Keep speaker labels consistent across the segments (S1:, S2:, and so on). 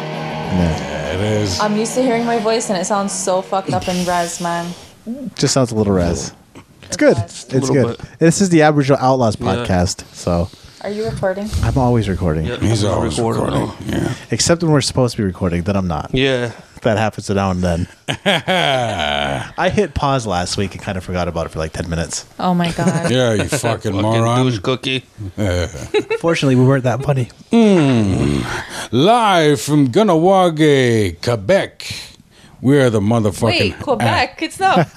S1: No.
S2: Yeah, it is.
S3: I'm used to hearing my voice and it sounds so fucked up and res, man.
S1: Just sounds a little res. It's good.
S3: Just
S1: It's
S4: little
S1: good.
S4: bit.
S1: This is the Aboriginal Outlaws
S4: Yeah.
S1: podcast, so
S3: Are you recording?
S1: I'm always recording.
S4: Yeah,
S2: He's
S4: I'm
S2: always
S4: recording.
S2: recording. Yeah.
S1: Except when we're supposed to be recording, then I'm not.
S4: Yeah.
S1: That happens now and then. I hit pause last week and kind of forgot about it for like 10 minutes.
S3: Oh my god.
S2: Yeah, you fucking
S4: Fucking
S2: moron.
S4: douche cookie.
S1: Fortunately, we weren't that funny.
S2: Live from Gunawage, Quebec. We're the motherfucking.
S3: Wait, Quebec. It's not.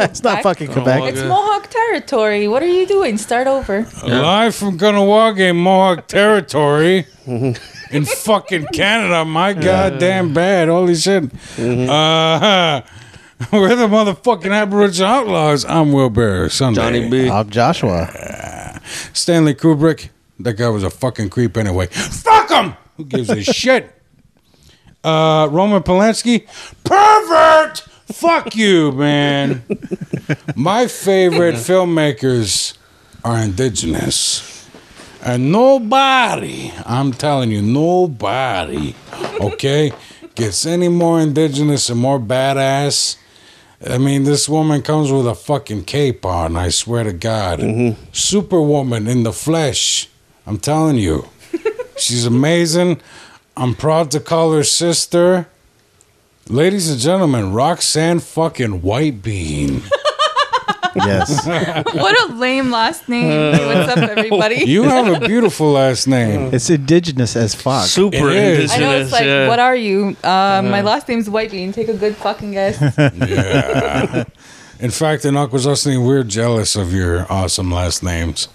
S1: It's not fucking Quebec.
S3: It's
S4: Yeah.
S3: Mohawk territory. What are you doing? Start over.
S2: Live from Gunawage, Mohawk territory. in fucking Canada, my goddamn bad. Holy shit. Uh, we're the motherfucking Aboriginal Outlaws. I'm Will Bear, Sunday.
S4: Johnny B.
S1: I'm Joshua.
S2: Stanley Kubrick. That guy was a fucking creep anyway. Fuck him! Who gives a shit? Uh, Roman Polanski, pervert! Fuck you, man. My favorite filmmakers are indigenous. And nobody, I'm telling you, nobody, okay, gets any more indigenous and more badass. I mean, this woman comes with a fucking cape on, I swear to God. Superwoman in the flesh. I'm telling you. She's amazing. I'm proud to call her sister. Ladies and gentlemen, Roxanne fucking White Bean.
S1: Yes.
S3: What a lame last name. What's up, everybody?
S2: You have a beautiful last name.
S1: it's indigenous as fuck.
S4: Super
S2: It is.
S4: indigenous.
S3: I know it's like,
S4: yeah.
S3: what are you? Uh, my last name's White Bean. Take a good fucking guess.
S2: In fact, in Aquasasne, we're jealous of your awesome last names.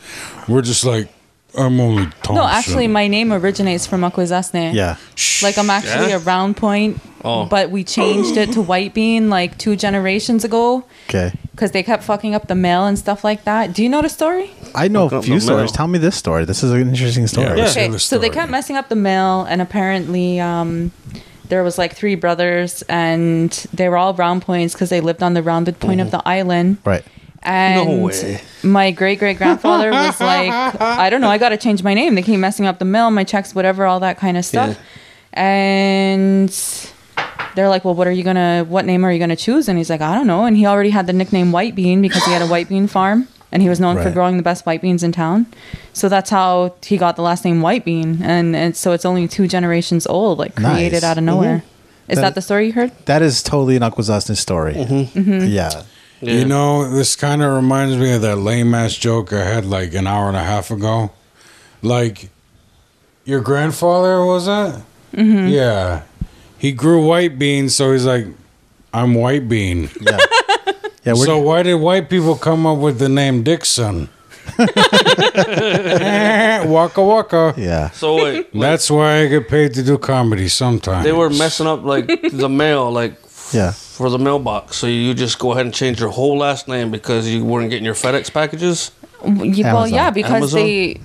S2: We're just like, I'm only Thompson.
S3: No, actually, my name originates from Akwesasne.
S1: Yeah.
S3: Like I'm actually
S4: Yeah?
S3: a round point,
S4: Oh.
S3: but we changed it to White Bean like two generations ago
S1: Okay.
S3: because they kept fucking up the mail and stuff like that. Do you know the story?
S1: I know
S4: Look
S1: a
S4: up
S1: few
S4: the
S1: stories.
S4: mail.
S1: Tell me this story. This is an interesting story.
S2: Yeah.
S3: Okay,
S2: the
S3: so they
S2: story.
S3: kept messing up the mail, and apparently, um, there was like three brothers, and they were all round points because they lived on the rounded point
S2: Mm-hmm.
S3: of the island.
S1: Right.
S3: And
S4: way.
S3: my great great grandfather was like, I don't know, I got to change my name. They keep messing up the mail, my checks, whatever, all that kind of stuff. And they're like, Well, what are you going to, what name are you going to choose? And he's like, I don't know. And he already had the nickname White Bean because he had a white bean farm and he was known for
S1: Right.
S3: growing the best white beans in town. So that's how he got the last name White Bean. And, and so it's only two generations old, like created
S1: Nice. Mm-hmm.
S3: out of nowhere. Is
S1: That-
S3: that the story you heard?
S1: That is totally an Akwesasne story.
S4: Mm-hmm.
S1: Yeah.
S4: Yeah.
S2: You know, this kind of reminds me of that lame ass joke I had like an hour and a half ago. Like, your grandfather was that? Mm-hmm. Yeah, he grew white beans, so he's like, "I'm white bean."
S1: Yeah. Yeah. We're,
S2: So why did white people come up with the name Dixon? Eh, waka waka.
S1: yeah.
S4: So wait,
S2: That's why I get paid to do comedy sometimes.
S4: they were messing up like the mail, like
S1: Yeah.
S4: for the mailbox. So you just go ahead and change your whole last name because you weren't getting your FedEx packages.
S3: Yeah,
S1: Amazon.
S3: well,
S1: Eh.
S3: yeah, because
S4: Amazon?
S3: they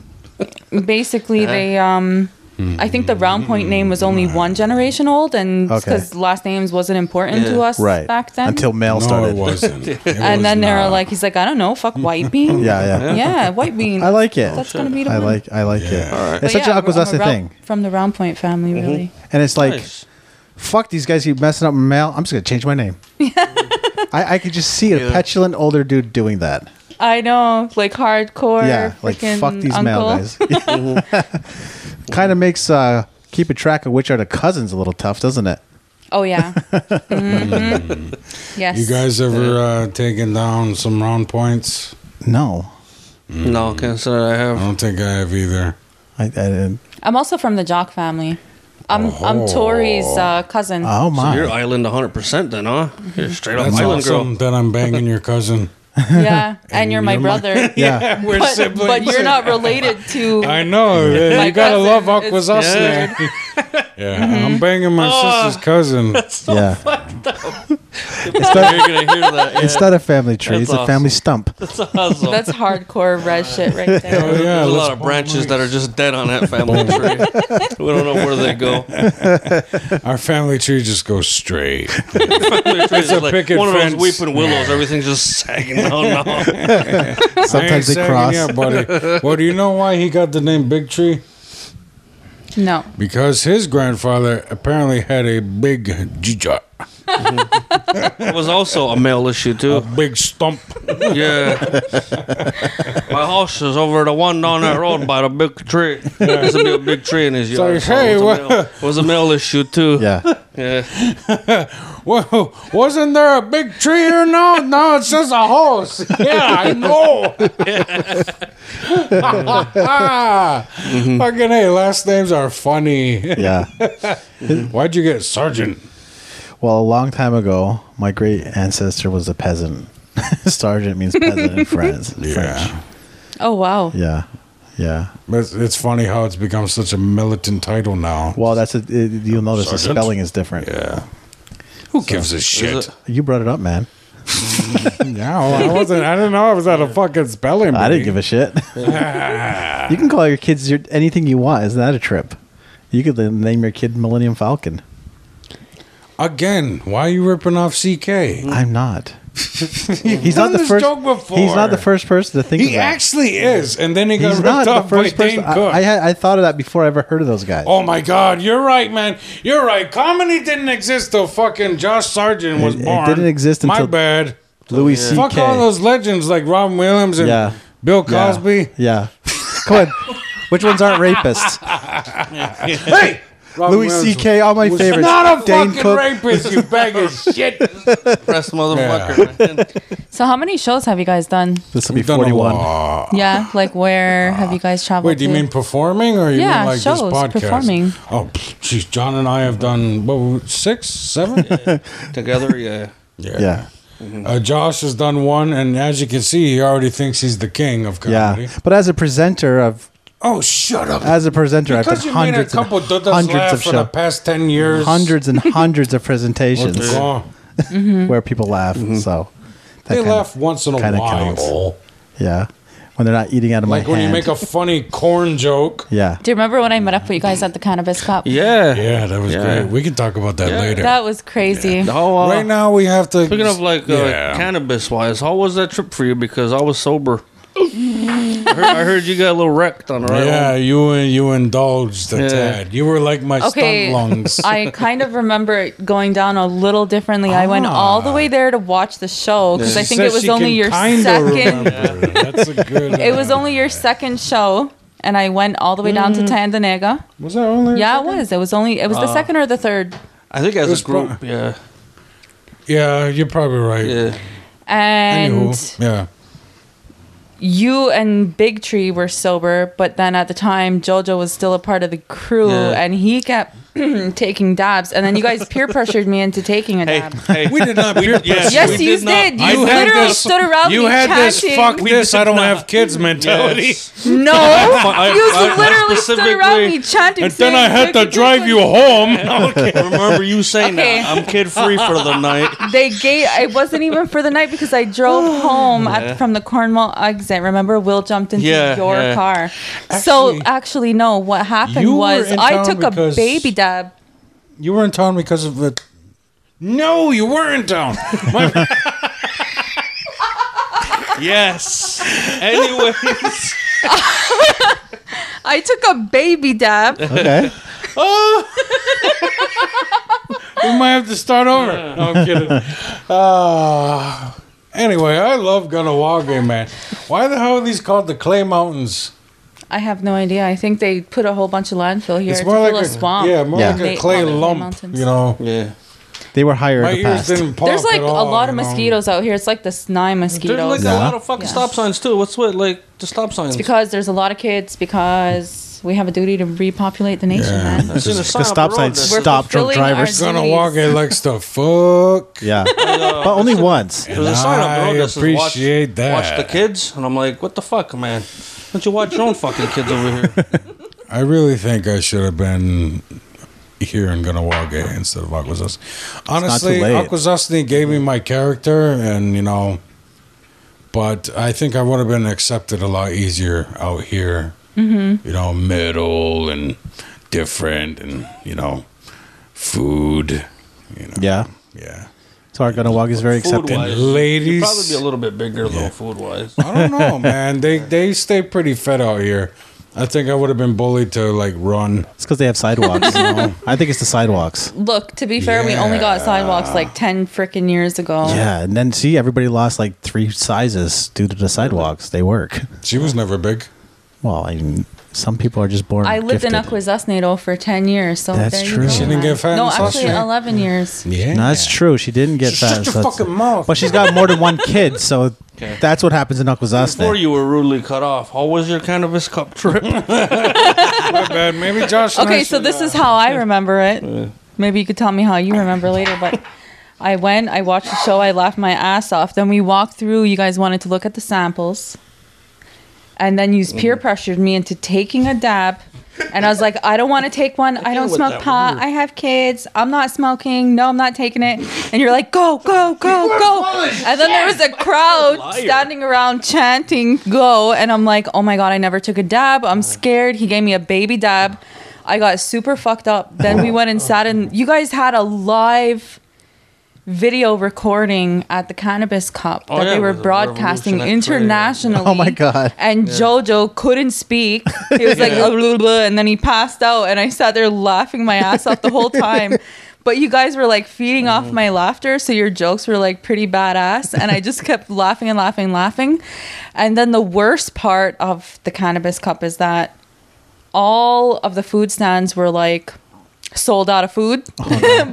S3: basically
S4: Yeah.
S3: they um.
S2: Hmm.
S3: I think the round point name was only one generation old, and
S1: Okay.
S3: because last names wasn't important
S4: Yeah.
S3: to us
S1: Right.
S3: back then.
S1: Until mail
S2: no,
S1: started.
S2: it wasn't. It was
S3: and then they were
S2: not.
S3: like, he's like, I don't know, fuck white bean.
S1: Yeah. Yeah.
S3: yeah, white bean.
S1: I like it.
S3: That's gonna be the
S1: I
S3: one.
S1: like. I like it.
S2: Yeah. All
S1: It's
S3: But
S1: such
S3: yeah,
S1: an
S3: I'm a- I'm a
S1: Akwesasne
S3: round-
S1: thing,
S3: from the round point family,
S2: Mm-hmm.
S3: really.
S1: and it's like,
S4: Nice.
S1: fuck these guys keep messing up my mail. I'm just gonna change my name. I, I could just see a
S4: Yeah.
S1: petulant older dude doing that.
S3: I know, like hardcore.
S1: yeah, like
S3: freaking
S1: fuck these mail
S3: uncle.
S1: guys. kind of makes uh, keeping track of which are the cousins a little tough, doesn't it?
S3: Oh yeah. Mhm. Yes.
S2: You guys ever uh, taken down some round points?
S1: No,
S4: No, can't say I
S2: I
S4: have.
S2: don't think I have either.
S1: I, I didn't.
S3: I'm also from the Jock family. I'm
S2: Oh.
S3: I'm Tori's uh, cousin.
S1: Oh
S4: So
S1: my!
S4: you're island 100% then, huh? You're straight up
S2: That's
S4: island
S2: awesome
S4: girl.
S2: that I'm banging your cousin.
S3: Yeah, and you're my
S2: you're my-
S3: brother.
S1: yeah,
S2: We're
S3: but, but you're not related to.
S2: I know. yeah,
S3: My
S2: You gotta love
S3: cousin is-
S2: Aquasasne. Yeah, I'm banging my sister's cousin.
S1: yeah. it's,
S4: You're
S1: not,
S4: going to hear that. Yeah.
S1: it's not a family tree.
S4: That's
S1: it's a family stump.
S4: That's awesome.
S3: That's hardcore red shit right
S2: Oh
S3: there.
S2: yeah,
S4: There's a
S2: let's
S4: lot of branches that are just dead on that family tree. We don't know where they go.
S2: bump- Our family tree just goes straight.
S4: Family trees is
S2: picket
S4: one of
S2: fence.
S4: those weeping willows. Everything's just sagging down. now.
S1: Sometimes they cross.
S2: Yeah, buddy. Well, do you know why he got the name Big Tree?
S3: No.
S2: because his grandfather apparently had a big jija,
S4: It was also a male issue too.
S2: big stump.
S4: Yeah. My horse is over the one down that road by the big tree. There's a big, big tree in his yard.
S2: So, hey,
S4: it, was
S2: what-
S4: a male, it was a male issue too.
S1: Yeah.
S4: Yeah.
S2: Whoa, wasn't there a big tree here now? No, it's just a horse. Yeah, I know. Fucking hey, last names are funny.
S1: Yeah.
S2: Why'd you get sergeant?
S1: Well, a long time ago, my great ancestor was a peasant. Sergeant means peasant in France. French.
S3: Oh wow.
S1: Yeah. Yeah.
S2: It's, it's funny how it's become such a militant title now.
S1: Well, that's a, it, you'll notice the
S2: Sergeant?
S1: spelling is different.
S2: Yeah. Who gives a shit?
S4: it-
S1: You brought it up, man.
S2: Yeah, well, I wasn't. I didn't know I was at a fucking spelling bee.
S1: I didn't give a shit. you can call your kids your, anything you want. Isn't that a trip? You could then name your kid Millennium Falcon.
S2: Again, why are you ripping off CK?
S1: I'm not. he's not
S2: done
S1: the
S2: this
S1: first.
S2: joke before.
S1: He's not the first person to think of
S2: He
S1: that.
S2: actually is, and then he got
S1: he's
S2: ripped
S1: not
S2: off
S1: the first
S2: by Dane
S1: person. I,
S2: Cook.
S1: I, had- I thought of that before I ever heard of those guys.
S2: Oh my God, you're right, man. You're right. Comedy didn't exist till fucking Josh Sargent was
S1: It- it
S2: born.
S1: didn't exist
S2: My
S1: until
S2: bad.
S1: Louis
S2: Fuck
S1: C.K.
S2: all those legends like Robin Williams and
S1: Yeah.
S2: Bill
S1: Yeah.
S2: Cosby.
S1: Yeah. Come on. Which ones aren't rapists?
S2: Hey, Robin
S1: Louis
S2: Williams
S1: C.K. All my
S2: was
S1: favorites.
S2: Not a
S1: Dane
S2: fucking
S1: Cook.
S2: rapist, you bag of shit.
S4: Press motherfucker. man.
S3: So how many shows have you guys done?
S1: This will be
S2: We've done a
S1: 41.
S2: lot.
S3: Yeah. Like where have you guys traveled?
S2: Wait, do you
S3: to?
S2: mean performing or you
S3: Yeah,
S2: mean like
S3: shows,
S2: this podcast?
S3: performing.
S2: Oh, pfft, jeez, John and I have done what, six, seven?
S4: Together, yeah.
S1: Yeah.
S2: Uh, Josh has done one, and as you can see, he already thinks he's the king of comedy.
S1: Yeah. But as a presenter of
S2: Oh, shut up.
S1: as a presenter,
S2: Because
S1: I've
S2: you
S1: done
S2: made a
S1: hundreds
S2: couple
S1: and
S2: dudas laugh
S1: hundreds of
S2: for the
S1: shows.
S2: past 10 years.
S1: Hundreds and hundreds of presentations
S2: Oh,
S1: where people laugh. So that
S2: Mm-hmm. They
S1: kinda-
S2: laugh once in a
S1: kinda
S2: while.
S1: counts. Yeah. When they're not eating out of
S2: Like
S1: my
S2: when
S1: hand.
S2: you make a funny corn joke.
S1: yeah.
S3: Do you remember when I met up with you guys at the Cannabis Cup?
S4: Yeah.
S2: Yeah, that was
S4: Yeah.
S2: great. We can talk about that later.
S3: That was crazy.
S4: How, uh,
S2: right now, we have to.
S4: Speaking of like
S2: Yeah.
S4: uh, cannabis wise, how was that trip for you? Because I was sober. I, heard, I heard you got a little wrecked on the right.
S2: yeah,
S4: home.
S2: you you indulged a
S4: Yeah.
S2: tad. You were like my
S3: Okay.
S2: stunt lungs.
S3: I kind of remember it going down a little differently. I went all the way there to watch the show because I
S2: Ah. She
S3: think
S2: says
S3: it was
S2: she
S3: only
S2: can
S3: your
S2: kinda
S3: second.
S2: remember. That's a good.
S3: It was
S2: uh,
S3: only your second show, and I went all the way down to Tandanega.
S2: Was that only?
S3: Yeah, it was. It was only. It was the second or the third,
S4: I think
S2: It
S4: as
S2: was
S4: a group.
S2: pro-
S4: yeah.
S2: Yeah, you're probably right.
S4: Yeah.
S3: and
S2: Anywho, yeah.
S3: you and Big Tree were sober, but then at the time Jojo was still a part of the crew,
S4: Yeah.
S3: and he kept taking dabs, and then you guys peer pressured me into taking a dab.
S4: hey,
S2: We did not. peer pressure.
S3: Yes, you did. You
S2: You had
S3: literally
S2: this-
S3: stood around
S2: You
S3: me
S2: had this
S3: chanting.
S2: fuck this. I don't have kids mentality.
S3: No,
S4: I-
S3: you
S4: I- I
S3: literally stood around
S4: specifically-
S3: me chanting.
S2: And then
S3: saying,
S2: I had
S3: "Look
S2: to
S3: at this
S2: drive
S3: one."
S2: you home.
S4: remember you saying
S3: Okay.
S4: that I'm kid free for the night.
S3: They gave. It wasn't even for the night because I drove home at, from the Cornwall exit. Remember, Will jumped into
S4: Yeah,
S3: your
S4: yeah.
S3: car. so
S2: Actually-
S3: actually, no. What happened
S2: You were
S3: was
S2: in
S3: I
S2: town
S3: took a
S2: because-
S3: baby dab.
S2: You were in town because of the. No, you were in town.
S4: Yes. Anyways,
S3: I took a baby dab.
S1: Okay.
S2: we might have to start over. No, I'm kidding. Uh, anyway, I love Gunawage, man. Why the hell are these called the Clay Mountains?
S3: I have no idea. I think they put a whole bunch of landfill here. It's,
S2: more
S3: a
S2: like
S3: little swamp.
S2: yeah, more
S1: Yeah.
S2: like
S3: They
S2: a
S3: call
S2: clay
S3: it Clay
S2: lump.
S3: Mountains.
S2: You know,
S4: yeah.
S1: They were higher
S2: my
S1: in the
S2: ears
S1: past.
S2: didn't pop.
S3: There's like
S2: at all,
S3: a lot of
S2: you know?
S3: mosquitoes out here. It's like the snide
S4: There's like
S3: mosquitoes.
S4: a
S1: Yeah.
S4: lot of fucking
S3: Yeah.
S4: stop signs too. What's with like the stop signs?
S3: It's because there's a lot of kids because we have a duty to repopulate the nation,
S2: Yeah.
S3: man.
S4: It's in the sign
S1: Because
S4: up
S1: stop
S4: road
S1: signs
S4: that says-
S1: stop drunk
S3: fulfilling our
S1: drivers.
S3: duty.
S2: Gunawage likes to fuck.
S1: Yeah. But only once.
S4: uh, There's a sign up the road that says
S2: I
S4: watch,
S2: appreciate that.
S4: watch the kids, and I'm like, what the fuck, man? Why don't you watch your own fucking kids over here?
S2: I really think I should have been here in Gunawage instead of Akwesasne. Honestly,
S1: late.
S2: Akwesasne gave me my character, and you know, but I think I would have been accepted a lot easier out here. Mm-hmm. You know, middle and different, and you know, food. You know,
S1: Yeah.
S2: yeah.
S1: So our Gunawag is very accepting.
S4: Food-wise,
S2: Ladies-
S4: you'd probably be a little bit bigger though, food wise.
S2: I don't know, man. They they stay pretty fed out here. I think I would have been bullied to like run.
S1: It's because they have sidewalks. I think it's the sidewalks.
S3: Look, to be fair, we only got sidewalks like 10 freaking years ago.
S1: Yeah, and then see, everybody lost like three sizes due to the sidewalks. They work.
S2: She was never big.
S1: Well, I mean, some people are just born.
S3: I lived in
S1: gifted.
S3: Akwesasnedo for 10 years, so
S1: That's
S3: there you
S1: true.
S3: go,
S1: She
S2: didn't
S3: man.
S2: get fat
S3: No,
S2: in South
S3: actually,
S2: Street.
S3: 11 years.
S2: Yeah,
S1: No, that's true. She didn't get
S2: Shut
S1: fat.
S2: your
S1: so it's-
S2: fucking mouth.
S1: But she's got more than one kid, so
S4: Okay.
S1: that's what happens in
S4: Before
S1: Akwesasne.
S4: you were rudely cut off, how was your cannabis cup trip?
S2: my bad. Maybe Josh. and I
S3: Okay, so
S2: should,
S3: this
S2: uh,
S3: is how I remember it. Maybe you could tell me how you remember later, but I went, I watched the show, I laughed my ass off. Then we walked through, you guys wanted to look at the samples. And then you
S4: Mm.
S3: peer pressured me into taking a dab. And I was like, I don't want to take one. I, don't
S4: with
S3: smoke
S4: that
S3: pot.
S4: one.
S3: I have kids. I'm not smoking. No, I'm not taking it. And you're like, go, go, go, go. And then there was a crowd
S4: liar.
S3: standing around chanting, go. And I'm like, oh my God, I never took a dab. I'm scared. He gave me a baby dab. I got super fucked up. Then we went and sat in. You guys had a live video recording at the Cannabis Cup
S4: Oh,
S3: that
S4: yeah,
S3: they
S4: it
S3: were
S4: was a
S3: broadcasting
S4: revolution. That's right, yeah.
S3: internationally.
S1: Oh, my God.
S3: And JoJo couldn't speak. He was like, "Ah, blah, blah," and then he passed out, and I sat there laughing my ass off the whole time. But you guys were like feeding off
S4: Mm-hmm.
S3: my laughter, so your jokes were like pretty badass, and I just kept laughing and laughing, laughing. And then the worst part of the cannabis cup is that all of the food stands were like sold out of food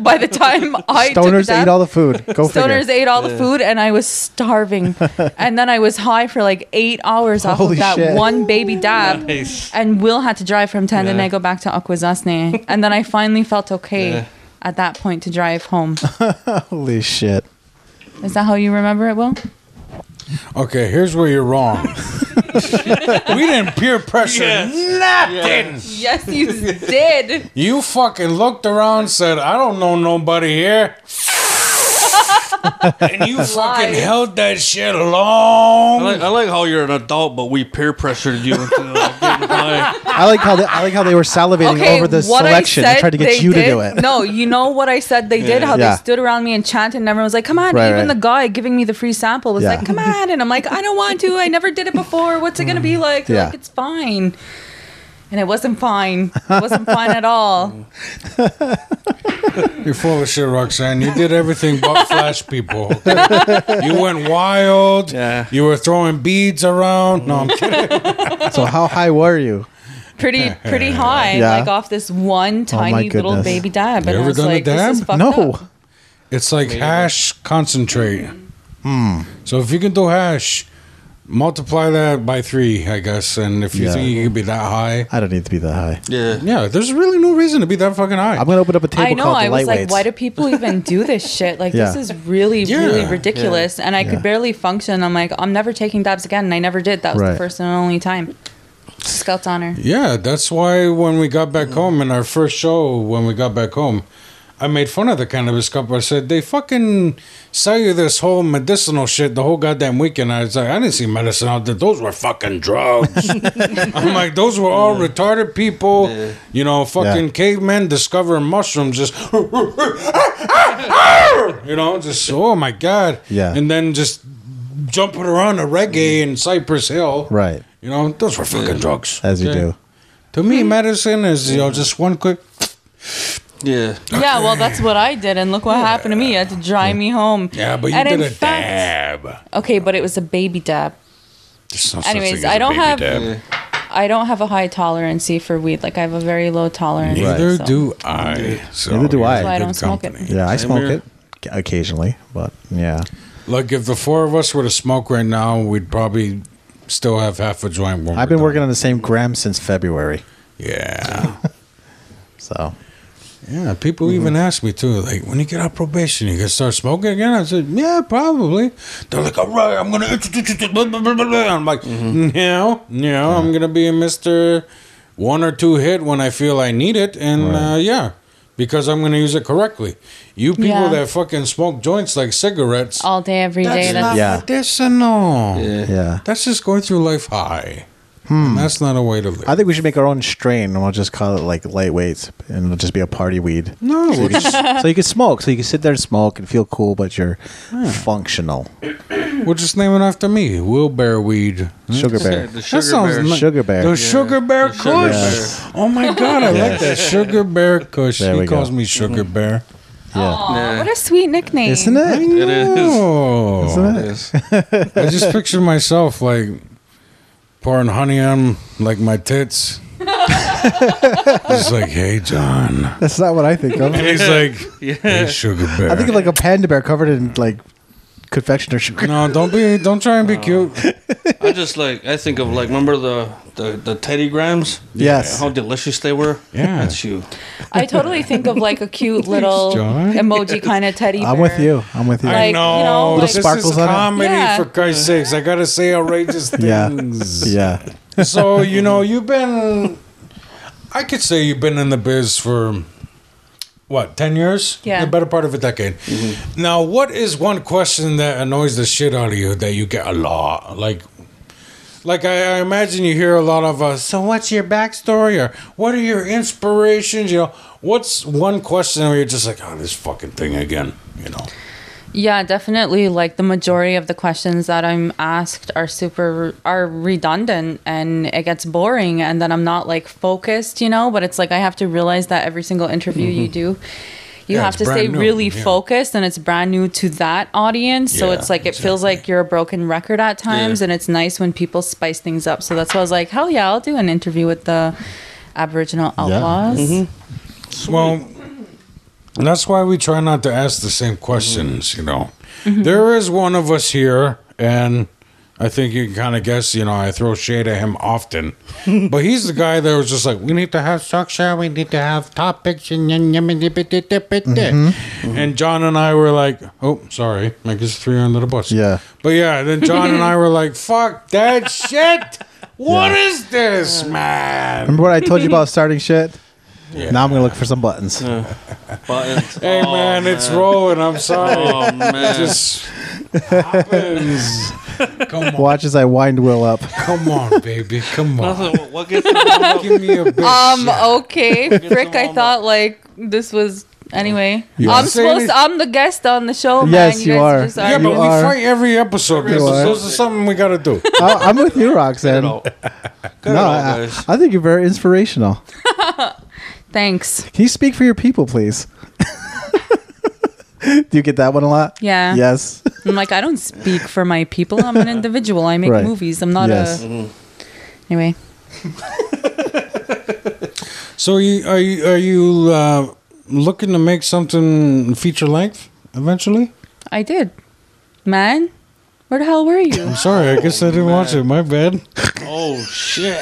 S3: by the time I took
S1: Oh, Stoners
S3: that-
S1: ate all the food. Go
S3: Stoners
S1: figure.
S3: ate all the food, and I was starving. and then I was high for like eight hours off
S1: Holy
S3: of that
S1: shit.
S3: one baby dab. And Will had to drive from Tandanego back to Akwesasne, and then I finally felt okay
S4: Yeah.
S3: at that point to drive home.
S1: Holy shit!
S3: Is that how you remember it, Will?
S2: Okay, here's where you're wrong. we didn't peer pressure nothing.
S3: Yes, you did.
S2: You fucking looked around, said, "I don't know nobody here," and you fucking
S3: Lies.
S2: held that shit
S4: I
S2: long.
S4: like, uh, I like how you're an adult, but we peer pressured you into like, getting high.
S1: I like how they, I like how they were salivating
S3: Okay,
S1: over the
S3: what I
S1: selection. I
S3: said
S1: tried to
S3: they
S1: get you
S3: did,
S1: to do it.
S3: No, you know what I said they did, how
S1: Yeah.
S3: they stood around me and chanted, and everyone was like, come on.
S1: Right,
S3: Even
S1: right.
S3: the guy giving me the free sample was
S1: Yeah.
S3: like, come on. And I'm like, I don't want to. I never did it before. What's it going to be like? They're
S1: Mm. Yeah.
S3: Like, it's fine. And it wasn't fine. It wasn't fine at all.
S2: You're full of shit, Roxanne. You did everything but flash people. okay? You went wild.
S4: Yeah.
S2: You were throwing beads around. No, I'm kidding.
S1: So how high were you?
S3: Pretty, pretty high,
S1: Yeah. Oh
S3: like off this one tiny little
S1: goodness.
S3: baby dab.
S2: You
S3: And I
S2: ever
S3: was
S2: done a
S3: like, this is
S2: dab?
S3: fucked
S1: No.
S3: up.
S2: It's like hash concentrate. So if you can do hash, multiply that by three, I guess. And if you
S1: Yeah.
S2: think you can be that high,
S1: I don't need to be that high.
S4: Yeah.
S2: yeah, there's really no reason to be that fucking high.
S1: I'm gonna open up a table
S3: I know.
S1: called
S3: I
S1: the
S3: was
S1: Lightweights.
S3: like, why do people even do this shit? Like,
S1: Yeah.
S3: this is really,
S2: Yeah.
S3: really
S2: Yeah.
S3: ridiculous. And I could barely function. I'm like, I'm never taking dabs again. And I never did. That was
S1: Right.
S3: the first and only time. Scout's honor.
S2: Yeah, that's why when we got back home in our first show, when we got back home, I made fun of the cannabis cup. I said they fucking sell you this whole medicinal shit the whole goddamn weekend. I was like, I didn't see medicine out there. Those were fucking drugs. I'm like, those were all retarded people. You know, fucking
S1: Yeah.
S2: cavemen discovering mushrooms. Just you know, just oh my god.
S1: Yeah.
S2: and then just jumping around a reggae in Cypress Hill.
S1: Right,
S2: You know, those were fucking drugs.
S1: as you
S2: Okay?
S1: do.
S2: To
S3: Hmm.
S2: me, medicine is you know just one quick.
S4: Yeah.
S3: Yeah, well, that's what I did. And look what happened to me. I had to drive me home.
S2: Yeah, but you
S3: and
S2: did
S3: in
S2: a
S3: fact-
S2: dab.
S3: Okay, but it was a baby dab.
S2: There's no such
S3: Anyways,
S2: thing as
S3: I
S2: a
S3: don't
S2: baby
S3: have-
S2: dab.
S4: Yeah.
S3: I don't have a high tolerancy for weed. Like, I have a very low tolerance.
S2: Neither
S3: so-
S2: do I. So
S1: Neither do
S2: you're
S1: I.
S2: in
S1: That's why
S3: I
S2: good
S3: don't smoke it.
S1: Yeah, I
S4: Same
S1: smoke
S4: here.
S1: it c- occasionally, but yeah,
S2: Like if the four of us were to smoke right now, we'd probably still have half a joint. When
S1: I've
S2: we're
S1: been working on
S2: done.
S1: the same gram since February.
S2: Yeah,
S1: So
S2: yeah. People
S1: Mm-hmm.
S2: even ask me too. Like, when you get out probation, you can start smoking again. I said, yeah, probably. They're like, all right, I'm gonna introduce you to. Blah, blah, blah, blah, blah." I'm like,
S1: Mm-hmm.
S2: no, no, I'm gonna be a Mister One or two hit when I feel I need it, and uh, yeah, because I'm gonna use it correctly. You people
S3: Yeah.
S2: that fucking smoke joints like cigarettes,
S3: All day, every
S2: that's
S3: day.
S2: not
S3: That's,
S1: Yeah.
S2: medicinal.
S4: Yeah.
S1: yeah, Hmm.
S2: That's just going through life high. And That's not a way to live.
S1: I think we should make our own strain, and we'll just call it like lightweights, and it'll just be a party weed.
S2: no, we're just-
S1: so you can smoke, so you can sit there and smoke and feel cool, but you're functional.
S2: We'll just name it after me. Wheelbarrow weed.
S1: Sugar bear.
S4: The sugar
S2: sounds
S4: bear.
S2: nice.
S1: Sugar bear.
S2: The sugar bear
S4: The
S2: kush.
S4: sugar bear.
S2: Oh my god, I like that sugar bear kush.
S1: There
S2: he
S1: we go. Mm-hmm.
S2: calls me sugar bear.
S1: Yeah.
S4: Yeah.
S3: What a sweet nickname.
S1: Isn't it?
S4: It is.
S2: Oh.
S1: Isn't
S4: It
S1: it?
S4: is.
S2: I just picture myself like pouring honey on like my tits. It's like, hey John.
S1: That's not what I think of.
S2: And
S1: I
S2: he's like, hey sugar bear.
S1: think of like a panda bear covered in like confectioner sugar.
S2: no, don't be, don't try and be
S1: Oh.
S2: cute.
S4: I just like I think of like remember the the, the Teddy Grams?
S1: Yes.
S4: How delicious they were.
S2: Yeah.
S4: That's you.
S3: I totally think of like a cute little
S2: John.
S3: emoji kind of teddy.
S1: I'm
S3: bear.
S1: with you. I'm with you.
S3: Like,
S2: I
S3: you
S2: know.
S3: know, like-
S2: this
S1: Sparkles
S2: is
S1: on it.
S2: comedy
S3: Yeah.
S2: for Christ's sakes. I gotta say outrageous
S1: Yeah.
S2: things.
S1: yeah.
S2: so you know you've been i could say you've been in the biz for what 10 years
S3: Yeah.
S2: the better part of a decade now what is one question that annoys the shit out of you that you get a lot like like I, I imagine you hear a lot of uh, so what's your backstory or what are your inspirations you know what's one question where you're just like oh this fucking thing again you know
S3: Yeah, definitely. Like the majority of the questions that I'm asked are super are redundant, and it gets boring, and then I'm not like focused, you know. But it's like I have to realize that every single interview you do. You
S2: Mm-hmm. Yeah,
S3: have
S2: it's
S3: to stay
S2: brand new,
S3: really
S2: yeah.
S3: focused, and it's brand new to that audience. So
S2: Yeah,
S3: it's like it feels like you're a broken record at times,
S4: Yeah.
S3: and it's nice when people spice things up. So that's why I was like, hell yeah, I'll do an interview with the Aboriginal Outlaws.
S2: Mm-hmm. Well, that's why we try not to ask the same questions, you know. There is one of us here, and I think you can kind of guess, you know, I throw shade at him often. but he's the guy that was just like, we need to have structure, we need to have topics, and yum, yum, yum, yum, yum, yum, yum, yum." And John and I were like, oh, sorry, I guess threw you under the bus.
S1: Yeah.
S2: But yeah, then John and I were like, fuck that shit. What is this, man?
S1: Remember what I told you about starting shit?
S2: Yeah.
S1: Now I'm gonna look for some buttons.
S4: Buttons.
S2: Hey,
S4: oh,
S2: man, it's rolling. I'm sorry.
S4: Oh man.
S3: Eh.
S2: just happens. Come on,
S1: Watch as I wind Will up.
S2: come on, baby, come on.
S4: Nothing. What gets you warmed up?
S2: Give me a big
S3: Um.
S2: shot.
S3: Okay, Frick.
S4: warm
S3: I
S4: up.
S3: thought like this was anyway.
S1: You
S3: I'm
S2: are.
S3: supposed. I'm the guest on the show, man.
S1: Yes, you
S3: guys
S1: are.
S3: just
S2: yeah,
S1: you
S2: but we
S1: are-
S2: fight every episode. This is,
S1: are.
S2: this is something we gotta do.
S1: I, Uh, I'm with you, Roxanne.
S4: Good
S1: No,
S4: old- good old
S1: I,
S4: guys.
S1: I think you're very inspirational.
S3: Thanks.
S1: Can you speak for your people, please? Do you get that one a lot?
S3: Yeah.
S1: Yes.
S3: I'm like I don't speak for my people. I'm an individual. I make
S1: Right.
S3: movies. I'm not
S1: Yes.
S3: a.
S2: Mm-hmm.
S3: Anyway,
S2: So, you, are you are you uh, looking to make something feature length eventually?
S3: I did. Man, where the hell were you?
S2: I'm sorry, I
S3: Oh,
S2: guess I didn't watch it. My bad.
S4: Oh shit.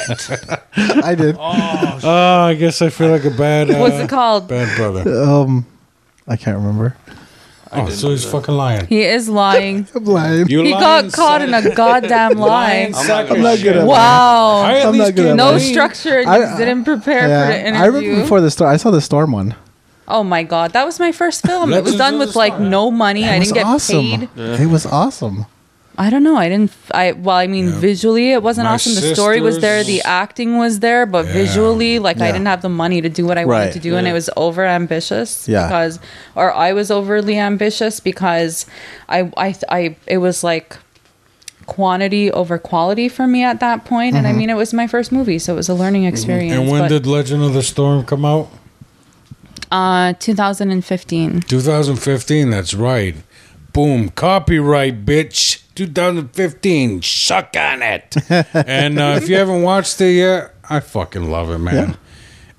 S1: I did.
S2: Oh, I guess I feel like a bad uh,
S3: What's it called?
S2: bad brother.
S1: Um, I can't remember.
S2: Oh, so he's fucking lying.
S3: He is lying.
S1: I'm lying.
S2: You
S3: He got caught in a goddamn lie.
S4: I'm not
S1: I'm not good at
S2: I
S3: Wow.
S2: at
S1: I'm
S2: least
S1: not good
S2: get
S1: at
S3: No
S1: lying.
S3: structure. and
S1: I-
S3: just didn't prepare for the
S1: Yeah,
S3: interview.
S1: I remember before the storm. I saw the storm one.
S3: Oh my god, that was my first film. it
S2: Legends
S3: was done
S2: of
S3: with
S2: the
S3: like
S2: Star.
S3: no money. I
S1: it was
S3: didn't get
S1: awesome.
S3: paid.
S1: It was awesome.
S3: I don't know. I didn't. I well, I mean, visually it wasn't
S2: My
S3: awesome. The story was there, the
S2: sisters-
S3: acting was there, but
S2: Yeah.
S3: visually, like I
S1: Yeah.
S3: didn't have the money to do what I wanted
S1: Right.
S3: to do, and it was over ambitious.
S1: Yeah.
S3: Because, or I was overly ambitious because I, I, I, it was like quantity over quality for me at that point.
S1: Mm-hmm.
S3: And I mean, it was my first movie, so it was a learning experience.
S2: Mm-hmm. And when
S3: but,
S2: did Legend of the Storm come out?
S3: uh 2015?
S2: 2015, that's right. Boom, copyright, bitch. 2015, suck on it. and uh, if you haven't watched it yet, I fucking love it, man.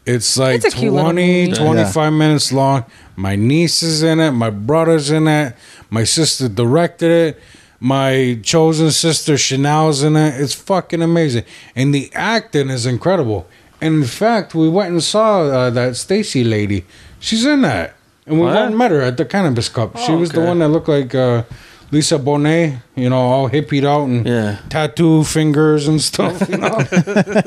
S2: It's like
S3: It's a cute little
S2: 20,
S3: movie.
S2: 25 minutes long. My niece is in it. My brother's in it. My sister directed it. My chosen sister, Chanel's in it. It's fucking amazing. And the acting is incredible. And in fact, we went and saw uh, that Stacy lady. She's in that. And we
S4: What? Oh,
S2: went and met her at the Cannabis Cup. she was the
S4: okay.
S2: one that looked like uh, Lisa Bonet, you know, all hippied out and
S4: Yeah.
S2: tattoo fingers and stuff, you know?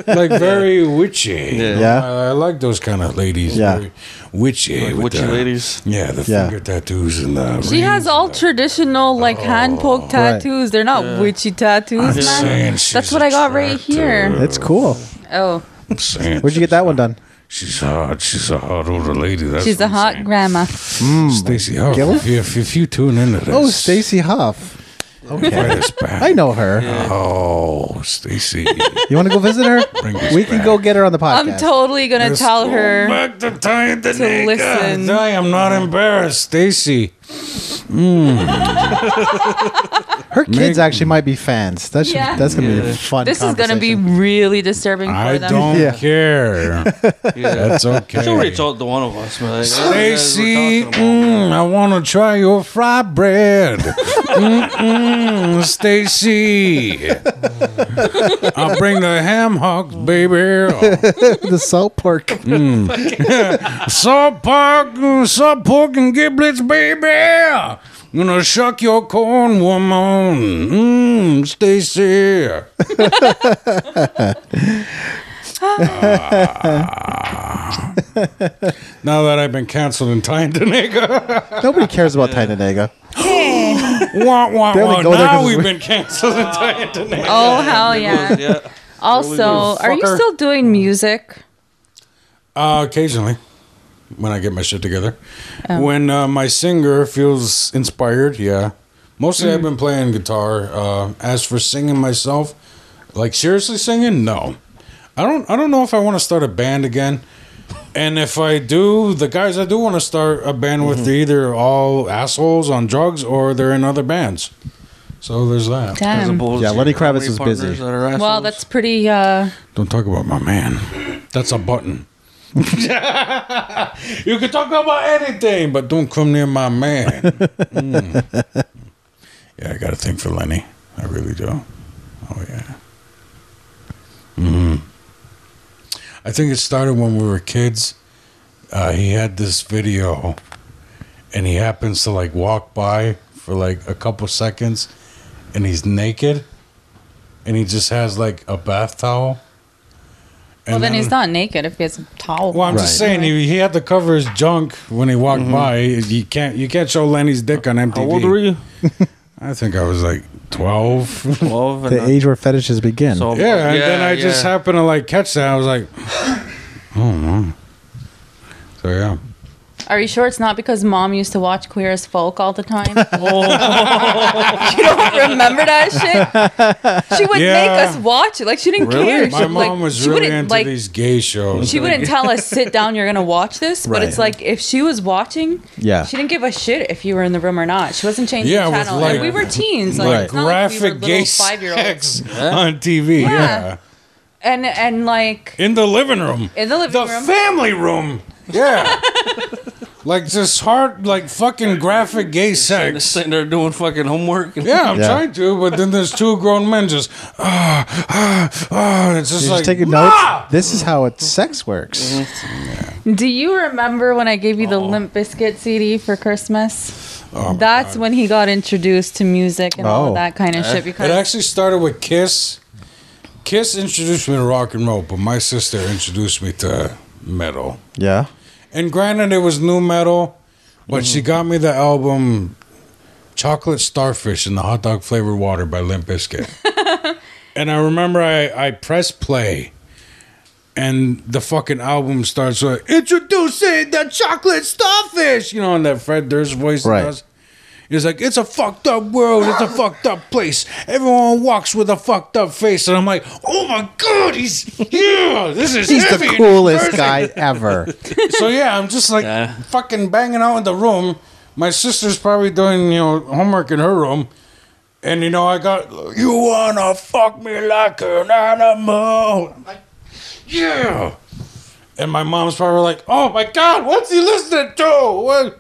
S2: like very witchy.
S4: Yeah.
S1: Yeah.
S2: I, I like those kind of ladies.
S1: Yeah.
S2: Very Witchy. with
S4: Witchy
S2: the-
S4: ladies.
S2: Yeah, the
S1: Yeah.
S2: finger tattoos and the.
S3: She has all traditional like hand poke
S1: Right.
S3: tattoos. They're not witchy tattoos, man. That's what I got right here.
S1: It's cool.
S3: Oh,
S1: Where'd you get that one done?
S2: She's hot. She's a hot older lady. That's
S3: she's a hot grandma.
S2: Mm. Stacy oh, Huff.
S1: Gillis?
S2: If, if you tune into this,
S1: Oh, Stacy Huff. Okay.
S2: This back.
S1: I know her.
S2: Oh, Stacy.
S1: You want to go visit her?
S2: Bring this
S1: we can
S2: back.
S1: go get her on the podcast.
S3: I'm totally gonna
S2: Let's
S3: tell
S2: go
S3: her.
S2: Back to tying the nigga.
S3: listen.
S2: I am not embarrassed, Stacy.
S1: her kids
S2: Meg-
S1: actually might be fans. That's
S3: Yeah.
S1: that's gonna be
S4: Yeah.
S1: a fun.
S3: This is gonna be
S1: conversation.
S3: really disturbing for
S2: I
S3: them.
S2: don't
S1: Yeah.
S2: care.
S4: Yeah.
S2: That's okay.
S4: She'll reach out to one of us, man.
S2: Stacy, mm, I want to try your fried bread. Mm-mm, Stacy, I'll bring the ham hocks, baby.
S1: the salt pork.
S2: Sub pork, sub pork and giblets, baby. Gonna shuck your corn, woman. Mmm, Stacy. Ah. now that I've been canceled in time to
S1: Nobody cares about Tynanega.
S2: Wah, wah,
S1: They only
S2: wah.
S1: go there
S2: Now
S1: 'cause
S2: we've
S1: we-
S2: been canceled in time to
S3: Oh hell yeah!
S4: Yeah.
S3: Also, are you
S2: fucker.
S3: still doing music?
S2: Uh, occasionally, when I get my shit together, when uh, my singer feels inspired, yeah. Mostly, I've been playing guitar. Uh, as for singing myself, like seriously singing, no. I don't. I don't know if I want to start a band again. And if I do, the guys I do want to start a band with, they're either all assholes on drugs or they're in other bands. So there's that.
S4: As
S3: Damn.
S4: opposed
S1: Yeah,
S4: to
S1: Lenny
S4: your comedy
S1: Kravitz is
S4: partners
S1: busy.
S4: that are
S3: Um, Well,
S4: assholes.
S3: that's pretty. uh
S2: Don't talk about my man. That's a button. you can talk about anything, but don't come near my man. Mm. Yeah, I got a thing for Lenny. I really do. Oh yeah. Mm. I think it started when we were kids. Uh, he had this video, and he happens to like walk by for like a couple seconds, and he's naked, and he just has like a bath towel.
S3: Well,
S2: And
S3: then he's not naked if he has a towel.
S2: well, I'm just
S1: Right.
S2: saying he, he had to cover his junk when he walked by. You can't you can't show Lenny's dick on MTV.
S4: Mm-hmm. How old were you?
S2: I think I was like twelve.
S4: 12. and
S1: The
S4: I-
S1: age where fetishes begin.
S4: so-
S2: yeah, and then I just
S4: yeah.
S2: happened to like catch that. I was like, oh no. So yeah,
S3: Are you sure it's not because mom used to watch Queer as Folk all the time? you don't remember that shit? She would make
S2: Oh. Yeah.
S3: us watch it. Like she didn't
S4: Really?
S3: care.
S2: my
S3: she,
S2: mom
S3: like,
S2: was
S3: she
S2: really
S3: wouldn't,
S2: into
S3: like,
S2: these gay shows.
S3: She wouldn't tell us sit down. You're gonna watch this. But
S1: Right.
S3: it's like if she was watching,
S1: Yeah.
S3: she didn't give a shit if you were in the room or not. She wasn't changing
S2: Yeah,
S3: the
S2: with,
S3: channel.
S2: like-
S3: and we were teens. Like,
S1: Right.
S3: it's not like we were
S2: graphic
S3: little
S2: gay
S3: five year olds.
S2: sex on TV. Yeah.
S3: Yeah. And and like
S2: in the living room,
S3: in the living
S2: the
S3: room.
S2: family room. Yeah. Like just hard, like fucking graphic gay
S4: Sitting
S2: sex.
S4: sitting there doing fucking homework. and-
S2: Yeah, I'm
S1: Yeah.
S2: trying to, but then there's two grown men just ah ah ah. It's just
S1: You're
S2: like
S1: just taking notes.
S2: "Ma!"
S1: This is how it sex works.
S3: Do you remember when I gave you the Limp Bizkit CD for Christmas?
S2: Oh
S3: That's when he got introduced to music and all
S1: Oh.
S3: of that kind of shit. Because
S2: It actually started with Kiss. Kiss introduced me to rock and roll, but my sister introduced me to metal.
S1: Yeah.
S2: And granted, it was new metal, but she
S1: Mm-hmm.
S2: got me the album Chocolate Starfish and the Hot Dog Flavored Water by Limp Bizkit. and I remember I, I pressed play, and the fucking album starts with Introducing the Chocolate Starfish, you know, and that Fred Durst voice
S1: Right.
S2: does. It's like, it's a fucked up world. It's a fucked up place. Everyone walks with a fucked up face. And I'm like, oh my God, he's here. This is
S1: He's the
S2: heavy and
S1: coolest
S2: perfect."
S1: guy ever.
S2: So yeah, I'm just like
S4: Yeah.
S2: fucking banging out in the room. My sister's probably doing you know homework in her room, and you know I got you wanna fuck me like an animal. I'm like, yeah. And my mom's probably like, oh my god, what's he listening to? What?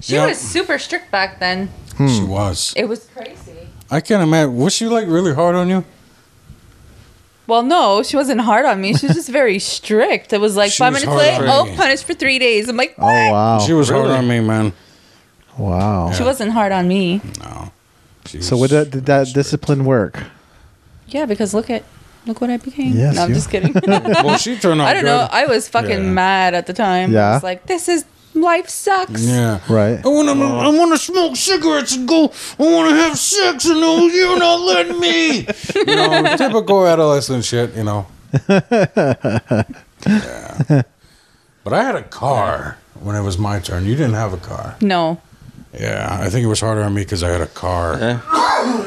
S3: she
S2: Yeah.
S3: was super strict back then.
S1: Hmm.
S2: She was.
S3: It was crazy.
S2: I can't imagine. Was she like really hard on you?
S3: Well, no, she wasn't hard on me. She was just very strict. It was like
S2: She
S3: five
S2: was
S3: minutes
S2: hard
S3: late.
S2: on
S3: Oh,
S2: me.
S3: punished for three days. I'm like,
S1: Oh wow.
S2: She was hard
S4: Really?
S2: on me, man.
S1: Wow.
S3: she wasn't hard on me.
S2: No. She
S1: So
S2: was-
S1: would that, did that discipline work?
S3: Yeah, because look at look what I became.
S1: Yes,
S3: no, I'm
S1: you-
S3: just kidding.
S2: Well, she turned out.
S3: I don't
S2: good.
S3: know. I was fucking
S2: Yeah.
S3: mad at the time. I
S1: Yeah.
S3: was like, this is life sucks.
S2: Yeah.
S1: Right.
S2: I want to. I want to smoke cigarettes and go. I want to have sex and no, you're not letting me. you know, typical adolescent shit. You know. yeah. But I had a car when it was my turn. You didn't have a car.
S3: No.
S2: Yeah, I think it was harder on me because I had a car. And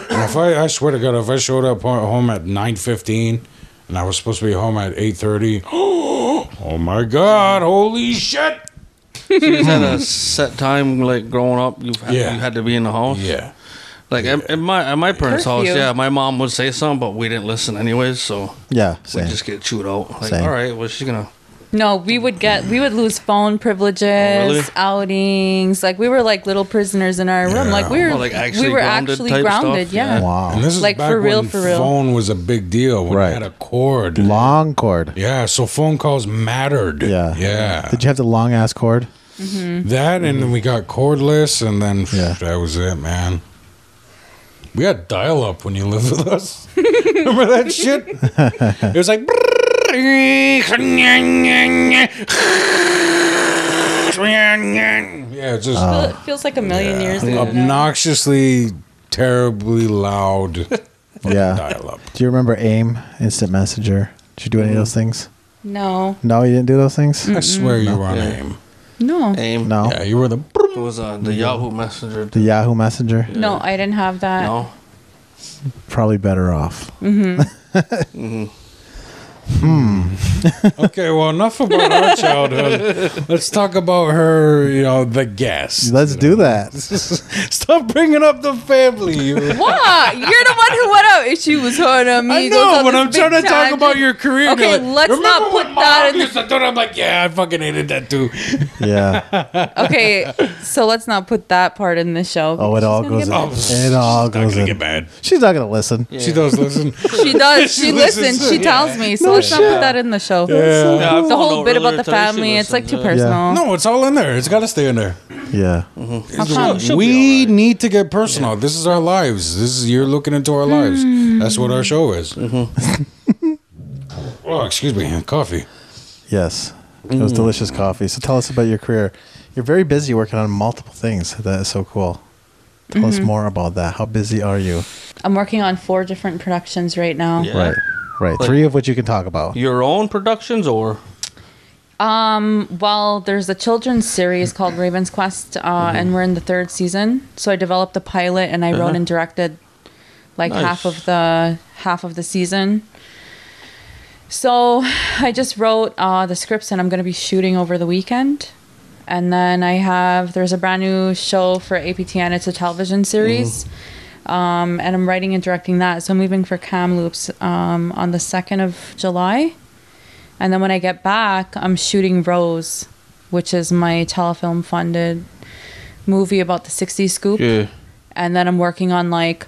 S2: if I, I swear to God, if I showed up ho- home at nine fifteen, and I was supposed to be home at eight thirty, oh my God, holy shit!
S4: You had a set time, like growing up, you've had,
S2: Yeah.
S4: you had to be in the house.
S2: Yeah,
S4: Like at, at my at my parents' house,
S3: Curfew.
S4: yeah, my mom would say something, but we didn't listen anyways, so
S1: Yeah.
S4: we
S1: Same.
S4: just get chewed out. Like,
S1: Same.
S4: all right, well, she's gonna.
S3: No, we would get we would lose phone privileges,
S4: really?
S3: outings. Like we were like little prisoners in our room. Like we
S4: Yeah.
S3: were
S4: Well, like, actually
S3: we were
S4: grounded
S3: actually
S4: type stuff?
S3: grounded. Yeah.
S4: Yeah.
S1: wow.
S2: and this is
S3: Like,
S2: back
S3: for real,
S2: when
S3: for real.
S2: phone was a big deal. When
S1: Oh. Right.
S2: I had a cord.
S1: long cord.
S2: Yeah, so phone calls mattered.
S1: Yeah.
S2: yeah.
S1: Did you have the long ass cord?
S3: Mm-hmm.
S2: That and then we got cordless, and then phew,
S1: Yeah.
S2: that was it, man. We had dial up when you lived with us. Remember that shit? it was like. yeah, it's just
S3: Feel-
S1: Oh.
S3: it feels like a million years ago. now.
S2: obnoxiously, terribly loud
S1: Yeah.
S2: dial up.
S1: do you remember AIM, instant messenger? Did you do any of those things?
S3: No.
S1: No, you didn't do those things.
S2: I swear you were on aim.
S3: No.
S4: Aim.
S1: No,
S2: Yeah, you were the.
S4: It was uh, the Yahoo Messenger.
S1: the Yahoo Messenger
S3: No, I didn't have that.
S4: No.
S1: probably better off.
S2: Okay, well, enough about our childhood. Let's talk about her, you know, the guest.
S1: Let's do that.
S2: Stop bringing up the family. You.
S3: What? You're the one who went out. She was her amigos.
S2: I know,
S3: on
S2: but
S3: this
S2: I'm
S3: big
S2: trying to talk
S3: tangent.
S2: about your career. and
S3: Okay,
S2: you're
S3: let's
S2: "Remember
S3: not
S2: when
S3: put
S2: Mom
S3: that in-
S2: used to do that?" I'm like, yeah, I fucking hated that too.
S1: Yeah.
S3: Okay, so let's not put that part in the show.
S1: Oh, it
S3: She's
S1: all
S3: gonna
S1: goes. In.
S3: get mad.
S2: Oh,
S1: It all
S2: she's not
S1: goes
S2: gonna
S1: in.
S2: get mad.
S1: She She's not gonna listen.
S2: She does listen.
S3: She does. She,
S2: She listens.
S3: listens. She tells me. So
S1: No
S3: let's not
S1: shit.
S3: put that in the show.
S2: Yeah.
S4: Yeah, I
S3: The
S4: found
S3: whole
S4: out
S3: bit
S4: earlier
S3: about the
S4: today she
S3: family, it's like too
S4: listens, yeah.
S3: personal.
S2: No, it's all in there. It's got to stay in there.
S1: Yeah.
S3: How come?
S2: we need to get personal. This is our lives. This is you're looking into our lives.
S3: Mm.
S2: That's what our show is.
S3: Mm-hmm.
S2: oh, excuse me, coffee.
S1: Yes. It
S4: Mm.
S1: was delicious coffee. So tell us about your career. You're very busy working on multiple things. That is so cool. Tell
S3: Mm-hmm.
S1: us more about that. How busy are you?
S3: I'm working on four different productions right now.
S4: Yeah.
S1: Right. Right.
S4: Like-
S1: Three of which you can talk about.
S4: Your own productions or
S3: Um, Well, there's a children's series called Raven's Quest, uh,
S4: Mm-hmm.
S3: and we're in the third season. So I developed the pilot, and I wrote and directed like
S4: Uh-huh. Nice.
S3: half of the half of the season. So I just wrote uh, the scripts, and I'm going to be shooting over the weekend. And then I have there's a brand new show for APTN. It's a television
S4: Mm-hmm.
S3: series. Um, and I'm writing and directing that. So I'm leaving for Kamloops um, on the 2nd of July. And then when I get back, I'm shooting Rose, which is my telefilm funded movie about the 60s scoop. And then I'm working on like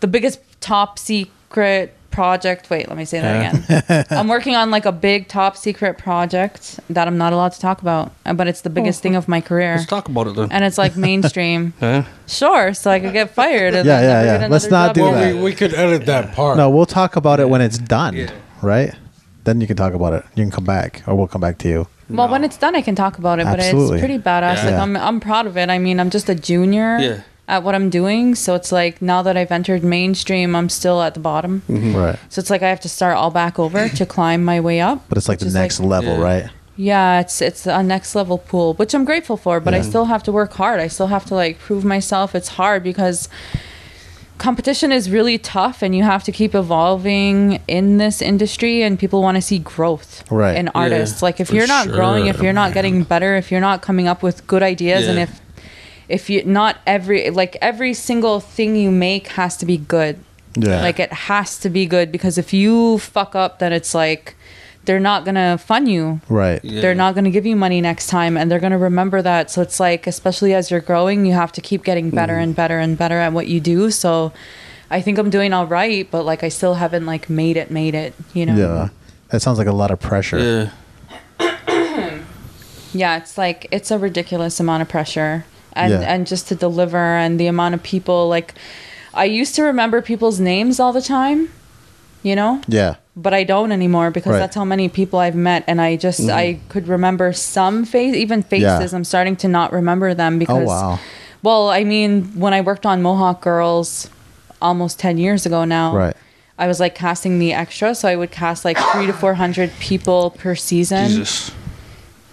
S3: the biggest top secret project. Wait, let me say that again. I'm working on like a big top secret project that I'm not allowed to talk about, uh, but it's the biggest thing of my career.
S4: Let's talk about it then.
S3: And it's like mainstream.
S4: Huh?
S3: Sure, so I could get fired. And
S1: Yeah,
S3: then
S1: yeah,
S3: never
S1: yeah.
S3: get
S1: Let's
S3: another
S1: not do
S3: job.
S1: that.
S2: Well, we, we could edit that part.
S1: No, we'll talk about it when it's done. Right? Then you can talk about it. You can come back or we'll come back to you.
S3: Well, when it's done, I can talk about it, but
S1: Absolutely.
S3: it's pretty badass.
S4: Yeah.
S3: Like
S1: Yeah.
S3: I'm, I'm proud of it. I mean, I'm just a junior
S4: Yeah.
S3: at what I'm doing, so it's like now that I've entered mainstream, I'm still at the bottom.
S4: Mm-hmm.
S1: Right.
S3: So it's like I have to start all back over to climb my way up.
S1: But it's like
S3: Just
S1: the
S3: like-
S1: next level,
S4: Yeah.
S1: right?
S3: Yeah, it's it's a next level pool, which I'm grateful for, but I still have to work hard. I still have to like prove myself. It's hard because competition is really tough and you have to keep evolving in this industry and people want to see growth
S1: Right.
S3: in
S1: Yeah,
S3: artists. like if
S2: for
S3: you're not growing, if
S2: sure,
S3: you're not getting better, if you're not coming up with good ideas and
S4: Yeah.
S3: if if you not every like every single thing you make has to be good.
S1: Yeah.
S3: Like it has to be good because if you fuck up then it's like they're not going to fund you
S1: Right.
S4: Yeah.
S3: they're not going to give you money next time and they're going to remember that so it's like especially as you're growing you have to keep getting better
S1: Mm-hmm.
S3: and better and better at what you do so i think i'm doing all right but like i still haven't like made it made it you know
S1: Yeah. That sounds like a lot of pressure.
S4: Yeah.
S3: yeah it's like it's a ridiculous amount of pressure and
S1: Yeah.
S3: and just to deliver and the amount of people like i used to remember people's names all the time you know
S1: Yeah.
S3: but I don't anymore because
S1: Right. Mm-hmm.
S3: that's how many people I've met, and I just I could remember some face, even faces. I'm starting to not remember them because.
S1: Oh, wow.
S3: Well, I mean, when I worked on Mohawk Girls, almost ten years ago now.
S1: Right.
S3: I was like casting the extra, so I would cast like three to four hundred people per season.
S4: Jesus.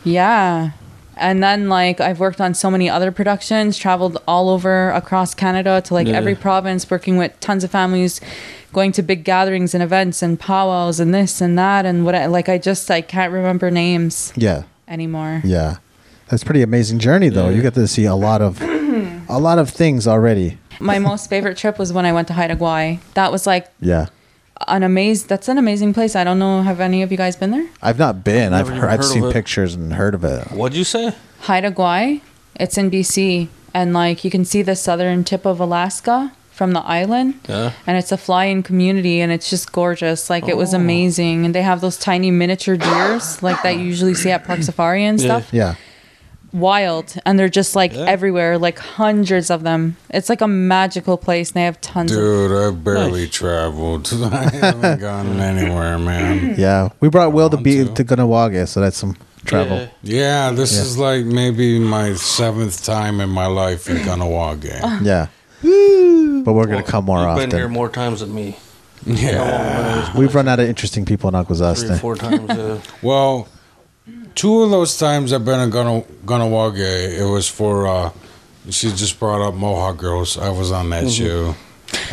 S3: Yeah. And then like I've worked on so many other productions, traveled all over across Canada to like
S4: Yeah.
S3: every province, working with tons of families, going to big gatherings and events and powwows and this and that and what I like I just I can't remember names
S1: Yeah.
S3: anymore.
S1: Yeah. That's a pretty amazing journey though. You get to see a lot of a lot of things already.
S3: My most favorite trip was when I went to Haida Gwaii. That was like
S1: Yeah.
S3: an amazing that's an amazing place. I don't know have any of you guys been there?
S1: I've not been. I've
S4: Never
S1: heard,
S4: even
S1: I've
S4: heard of
S1: seen
S4: it.
S1: pictures and heard of it.
S4: What'd you say?
S3: Haida Gwaii. It's in BC, and like you can see the southern tip of Alaska from the island.
S4: Yeah.
S3: And it's a fly-in community, and it's just gorgeous. Like it was
S2: Oh.
S3: amazing, and they have those tiny miniature deers like that you usually see at Park Safari and
S4: Yeah.
S3: stuff.
S1: Yeah.
S3: Wild, and they're just like everywhere, like hundreds of them. It's like a magical place, and they have tons. of
S2: Dude, I barely traveled. I haven't gone anywhere, man.
S1: Yeah. We brought Will to
S2: want
S1: be
S2: to.
S1: to Gunawaga, so that's some travel.
S4: Yeah.
S2: Yeah, this is like maybe my seventh time in my life in Gunawaga.
S1: Yeah. But we're gonna come more
S4: You've
S1: often.
S4: been here more times than me.
S2: Yeah.
S1: We've run out of interesting people in
S4: Three or
S1: Akwesasne.
S4: four times. Uh,
S2: Well, two of those times I've been in Guna- Gunawaga, it was for, uh, she just brought up Mohawk Girls. I was on that
S1: Mm-hmm.
S2: show.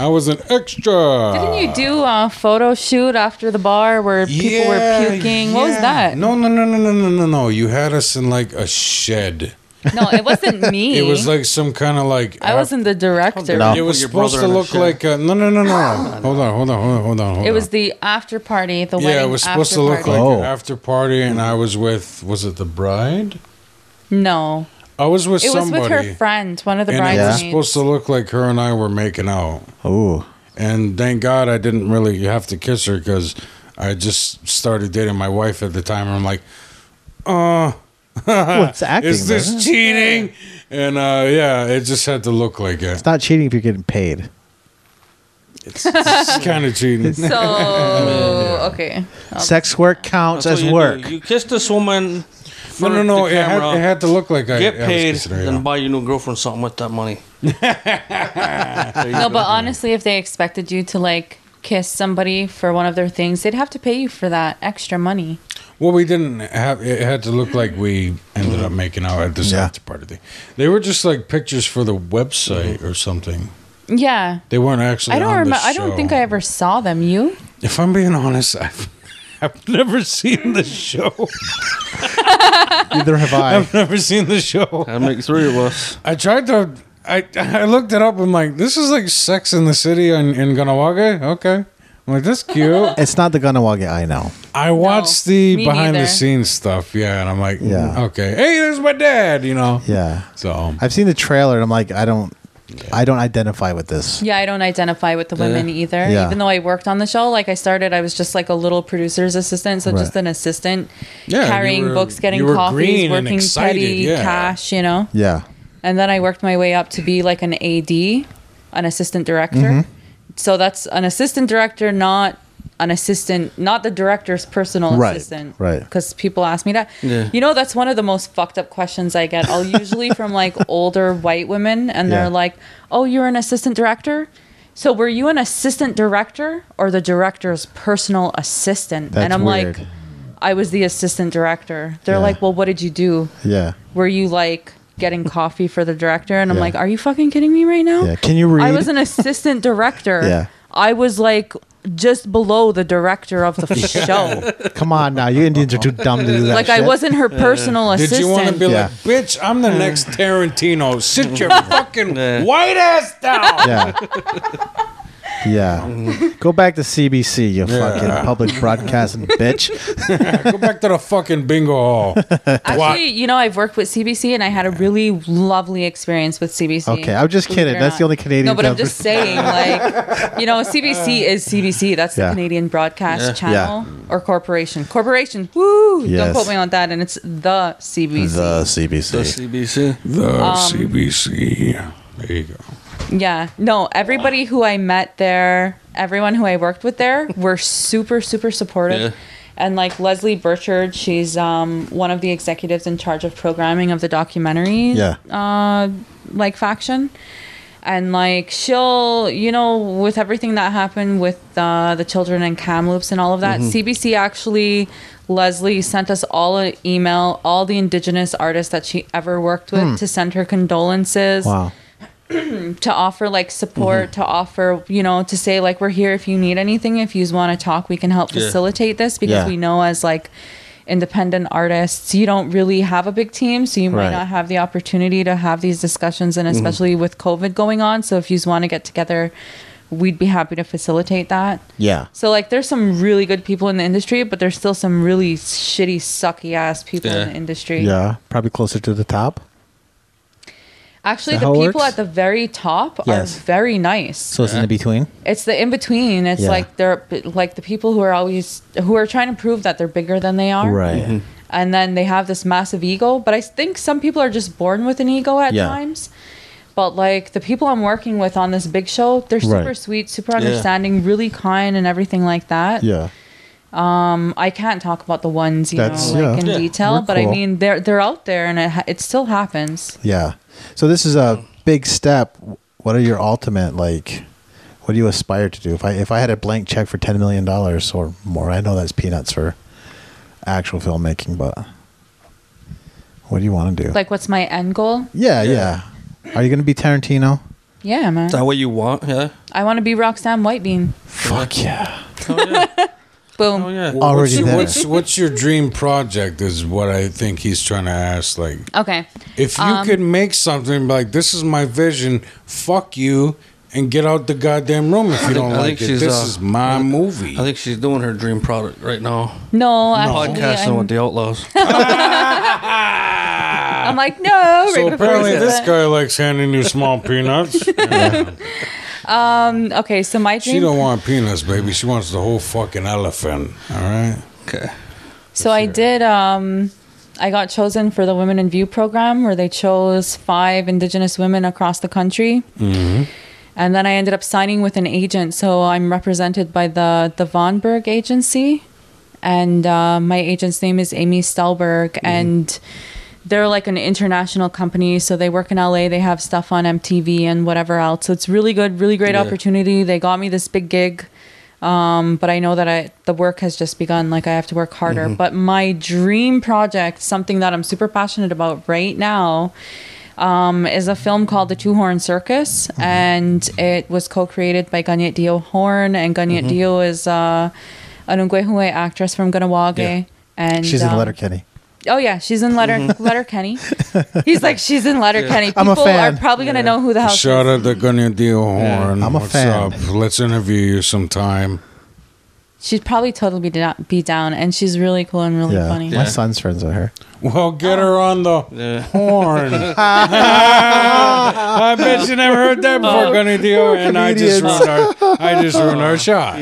S2: I was an extra.
S3: Didn't you do a photo shoot after the bar where people were
S2: Yeah,
S3: puking? What was
S2: yeah.
S3: that?
S2: No, no, no, no, no, no, no, no. You had us in like a shed.
S3: No, it wasn't me.
S2: It was like some kind of like.
S3: I wasn't the director.
S1: No.
S2: It was
S4: Your
S2: supposed
S4: brother
S2: to
S4: in a
S2: look
S4: shed.
S2: like a, no, no, no, no. hold on, hold on, hold on, hold on. Hold
S3: It was
S2: on.
S3: the after party, the wedding.
S2: yeah, it was supposed
S3: after
S2: to look
S3: party.
S2: like
S1: Oh.
S2: an after party, and I was with was it the bride?
S3: No,
S2: I was with
S3: it
S2: somebody,
S3: was with her friend, one of the
S2: and it was
S3: bridesmaids.
S2: supposed to look like her and I were making out.
S1: Ooh.
S2: And thank God I didn't really have to kiss her because I just started dating my wife at the time. And I'm like, uh,
S1: Well, it's acting.
S2: is
S1: though.
S2: this cheating? And uh, yeah, it just had to look like it.
S1: It's not cheating if you're getting paid.
S2: It's kind of cheating.
S3: so okay,
S1: Sex work counts
S4: that's
S1: as
S4: what you
S1: work.
S4: do. You kiss this woman.
S2: No, no, no. It had, it had to look like I
S4: get
S2: I was
S4: paid
S2: kissing her,
S4: and
S2: yeah.
S4: buy your new girlfriend something with that money.
S3: no, but honestly, if they expected you to like kiss somebody for one of their things, they'd have to pay you for that extra money.
S2: Well, we didn't have. It had to look like we ended up making out at this
S1: Yeah.
S2: after party thing. They were just like pictures for the website or something.
S3: Yeah,
S2: They weren't actually.
S3: I don't
S2: on the
S3: remember. I don't think
S2: show.
S3: I ever saw them. You?
S2: If I'm being honest, I've, I've never seen the show.
S1: Neither have I.
S2: I've never seen the show.
S4: That make three of us.
S2: I tried to. I, I looked it up. I'm like, this is like Sex in the City in, in Gunawaga. Okay. I'm like, that's cute.
S1: It's not the Gunawaga I know.
S2: I watched the
S3: me
S2: behind the
S3: neither.
S2: scenes stuff. Yeah. And I'm like,
S1: Yeah.
S2: yeah. okay. Hey, there's my dad, you know?
S1: Yeah.
S2: So, um,
S1: I've seen the trailer and I'm like, I don't I don't identify with this.
S3: Yeah, I don't identify with the women either.
S1: Yeah.
S3: Even though I worked on the show, like I started, I was just like a little producer's assistant, so
S1: Right.
S3: just an assistant,
S2: Yeah, you
S3: carrying
S2: were-
S3: books, getting
S2: you were
S3: coffees,
S2: green and
S3: working
S2: excited,
S3: petty
S2: yeah.
S3: cash, you know.
S1: Yeah.
S3: And then I worked my way up to be like an AD, an assistant director.
S1: Mm-hmm.
S3: So that's an assistant director, not an assistant, not the director's personal
S1: Right,
S3: assistant.
S1: right.
S3: Because people ask me that.
S4: Yeah.
S3: You know, that's one of the most fucked up questions I get. I'll usually from like older white women, and
S1: Yeah.
S3: they're like, oh, you're an assistant director? So were you an assistant director or the director's personal assistant?
S1: That's
S3: and I'm
S1: weird.
S3: like, I was the assistant director. They're
S1: Yeah.
S3: like, well, what did you do?
S1: Yeah.
S3: were you like getting coffee for the director? And I'm
S1: Yeah.
S3: like, are you fucking kidding me right now?
S1: Yeah. Can you read
S3: I was an assistant director.
S1: Yeah.
S3: I was like just below the director of the show.
S1: Come on now, you Indians are too dumb to do that.
S3: Like I
S1: shit.
S3: wasn't her personal
S2: did
S3: assistant. Mm.
S2: you want to be
S1: Yeah.
S2: like, bitch, I'm the next Tarantino. Sit your fucking
S4: Yeah.
S2: white ass down.
S1: Yeah. Yeah. Go back to CBC, you fucking public broadcasting bitch.
S2: Go back to the fucking bingo hall.
S3: Actually, you know, I've worked with CBC and I had a really lovely experience with CBC.
S1: Okay, I'm just
S3: Believe it
S1: kidding.
S3: or
S1: That's the
S3: not.
S1: only Canadian
S3: No, but I'm
S1: company.
S3: just saying, like, you know, CBC is CBC. That's
S1: Yeah.
S3: the Canadian Broadcast
S4: Yeah.
S3: Channel or corporation. Corporation. Woo!
S1: Yes.
S3: Don't quote me on that. And it's the CBC.
S4: The
S1: CBC.
S4: CBC.
S2: The
S3: um,
S2: CBC. There you go.
S3: Yeah. No, everybody who I met there, everyone who I worked with there were super, super supportive.
S4: Yeah.
S3: And like Leslie Burchard, she's um, one of the executives in charge of programming of the documentary
S1: Yeah.
S3: uh, like faction. And like she'll, you know,
S1: Mm-hmm.
S3: with everything that happened with uh, the children and Kamloops and all of that, CBC actually Leslie sent us all an email, all the indigenous artists that she ever worked with to send her condolences,
S1: Hmm. Wow.
S3: to offer like support,
S1: Mm-hmm.
S3: to offer, you know, to say like we're here if you need anything, if you want to talk, we can help
S4: Yeah.
S3: facilitate this because
S1: Yeah.
S3: we know as like independent artists, you don't really have a big team, so you might
S1: Right. Mm-hmm.
S3: not have the opportunity to have these discussions and especially with COVID going on, so if you want to get together, we'd be happy to facilitate that.
S1: Yeah.
S3: So like, there's some really good people in the industry, but there's still some really shitty, sucky ass people
S4: Yeah.
S3: in the industry.
S1: Yeah. Probably closer to the top.
S3: Actually,
S1: Is
S3: the
S1: that how it
S3: people
S1: works?
S3: at the very top
S1: Yes.
S3: are very nice.
S1: So it's in the between.
S3: It's the in between. It's
S1: Yeah.
S3: like they're like the people who are always who are trying to prove that they're bigger than they are.
S1: Right.
S3: and then they have this massive ego. But I think some people are just born with an ego at
S1: Yeah.
S3: times. But like the people I'm working with on this big show, they're super
S1: Right.
S3: sweet, super understanding, really kind, and everything like that.
S1: Yeah.
S3: Um, I can't talk about the ones you
S1: That's-
S3: know like
S1: yeah.
S3: in
S1: Yeah.
S3: detail,
S1: We're
S3: but I
S1: cool.
S3: mean they're they're out there and it, ha- it still happens.
S1: Yeah. So this is a big step. What are your ultimate like? What do you aspire to do? If I if I had a blank check for ten million dollars or more, I know that's peanuts for actual filmmaking, but what do you want to do?
S3: Like what's my end goal?
S1: yeah, yeah, Are you going to be Tarantino?
S3: Yeah, man.
S4: Is that what you want? Yeah.
S3: I want to be Roxanne Whitebean.
S1: Fuck yeah!
S4: Oh yeah.
S3: Boom.
S4: Oh yeah.
S1: Already
S2: what's,
S1: there.
S2: What's, what's your dream project? Is what I think he's trying to ask. Like,
S3: Okay.
S2: if you could make something like this is my vision, fuck you, and get out the goddamn room if you
S4: think-
S2: don't
S4: I
S2: like
S4: think
S2: it.
S4: she's,
S2: This
S4: uh,
S2: is my movie.
S4: I think she's doing her dream product right now.
S3: No, actually,
S4: Podcasting
S3: I'm,
S4: with the Outlaws.
S3: I'm like no. Right
S2: so
S3: before
S2: apparently,
S3: we
S2: this
S3: said-
S2: guy likes handing you small peanuts.
S3: Okay, so my
S2: She
S3: dream.
S2: don't want peanuts, baby. She wants the whole fucking elephant. All right.
S4: okay.
S3: So I did. Um, I got chosen for the Women in View program, where they chose five Indigenous women across the country, and then I ended up signing with an agent. So I'm represented by the the Vonberg Agency, and uh, my agent's name is Amy Stelberg, and they're like an international company. So they work in LA. They have stuff on MTV and whatever else. So it's really good, really great opportunity. They got me this big gig Um, but I know that I the work has just begun. Like I have to work harder. But my dream project, something that I'm super passionate about right now, um, is a film called The Two Horn Circus,
S1: Mm-hmm.
S3: and it was co-created by Ganyet Dio Horn, and Ganyet
S1: Mm-hmm.
S3: Dio is uh, an Ungwehue actress from Ganawage. And
S1: She's in
S3: um,
S1: Letterkenny. Mm-hmm.
S3: Oh yeah, she's in Letter Letterkenny. He's like she's in Letterkenny. People
S1: I'm a
S3: are
S1: fan.
S3: probably gonna know who the hell. she
S2: Shout out to Gunny Dio Horn.
S1: I'm a
S2: What's
S1: fan.
S2: up? Let's interview you sometime.
S3: She'd probably totally be down, be down, and she's really cool and really
S1: Yeah.
S3: funny.
S1: my son's friends with her.
S2: Well, get her on the
S4: Yeah.
S2: horn. I bet you never heard that before, Gunny Dio. And I just ruined our, I just ruined our shot.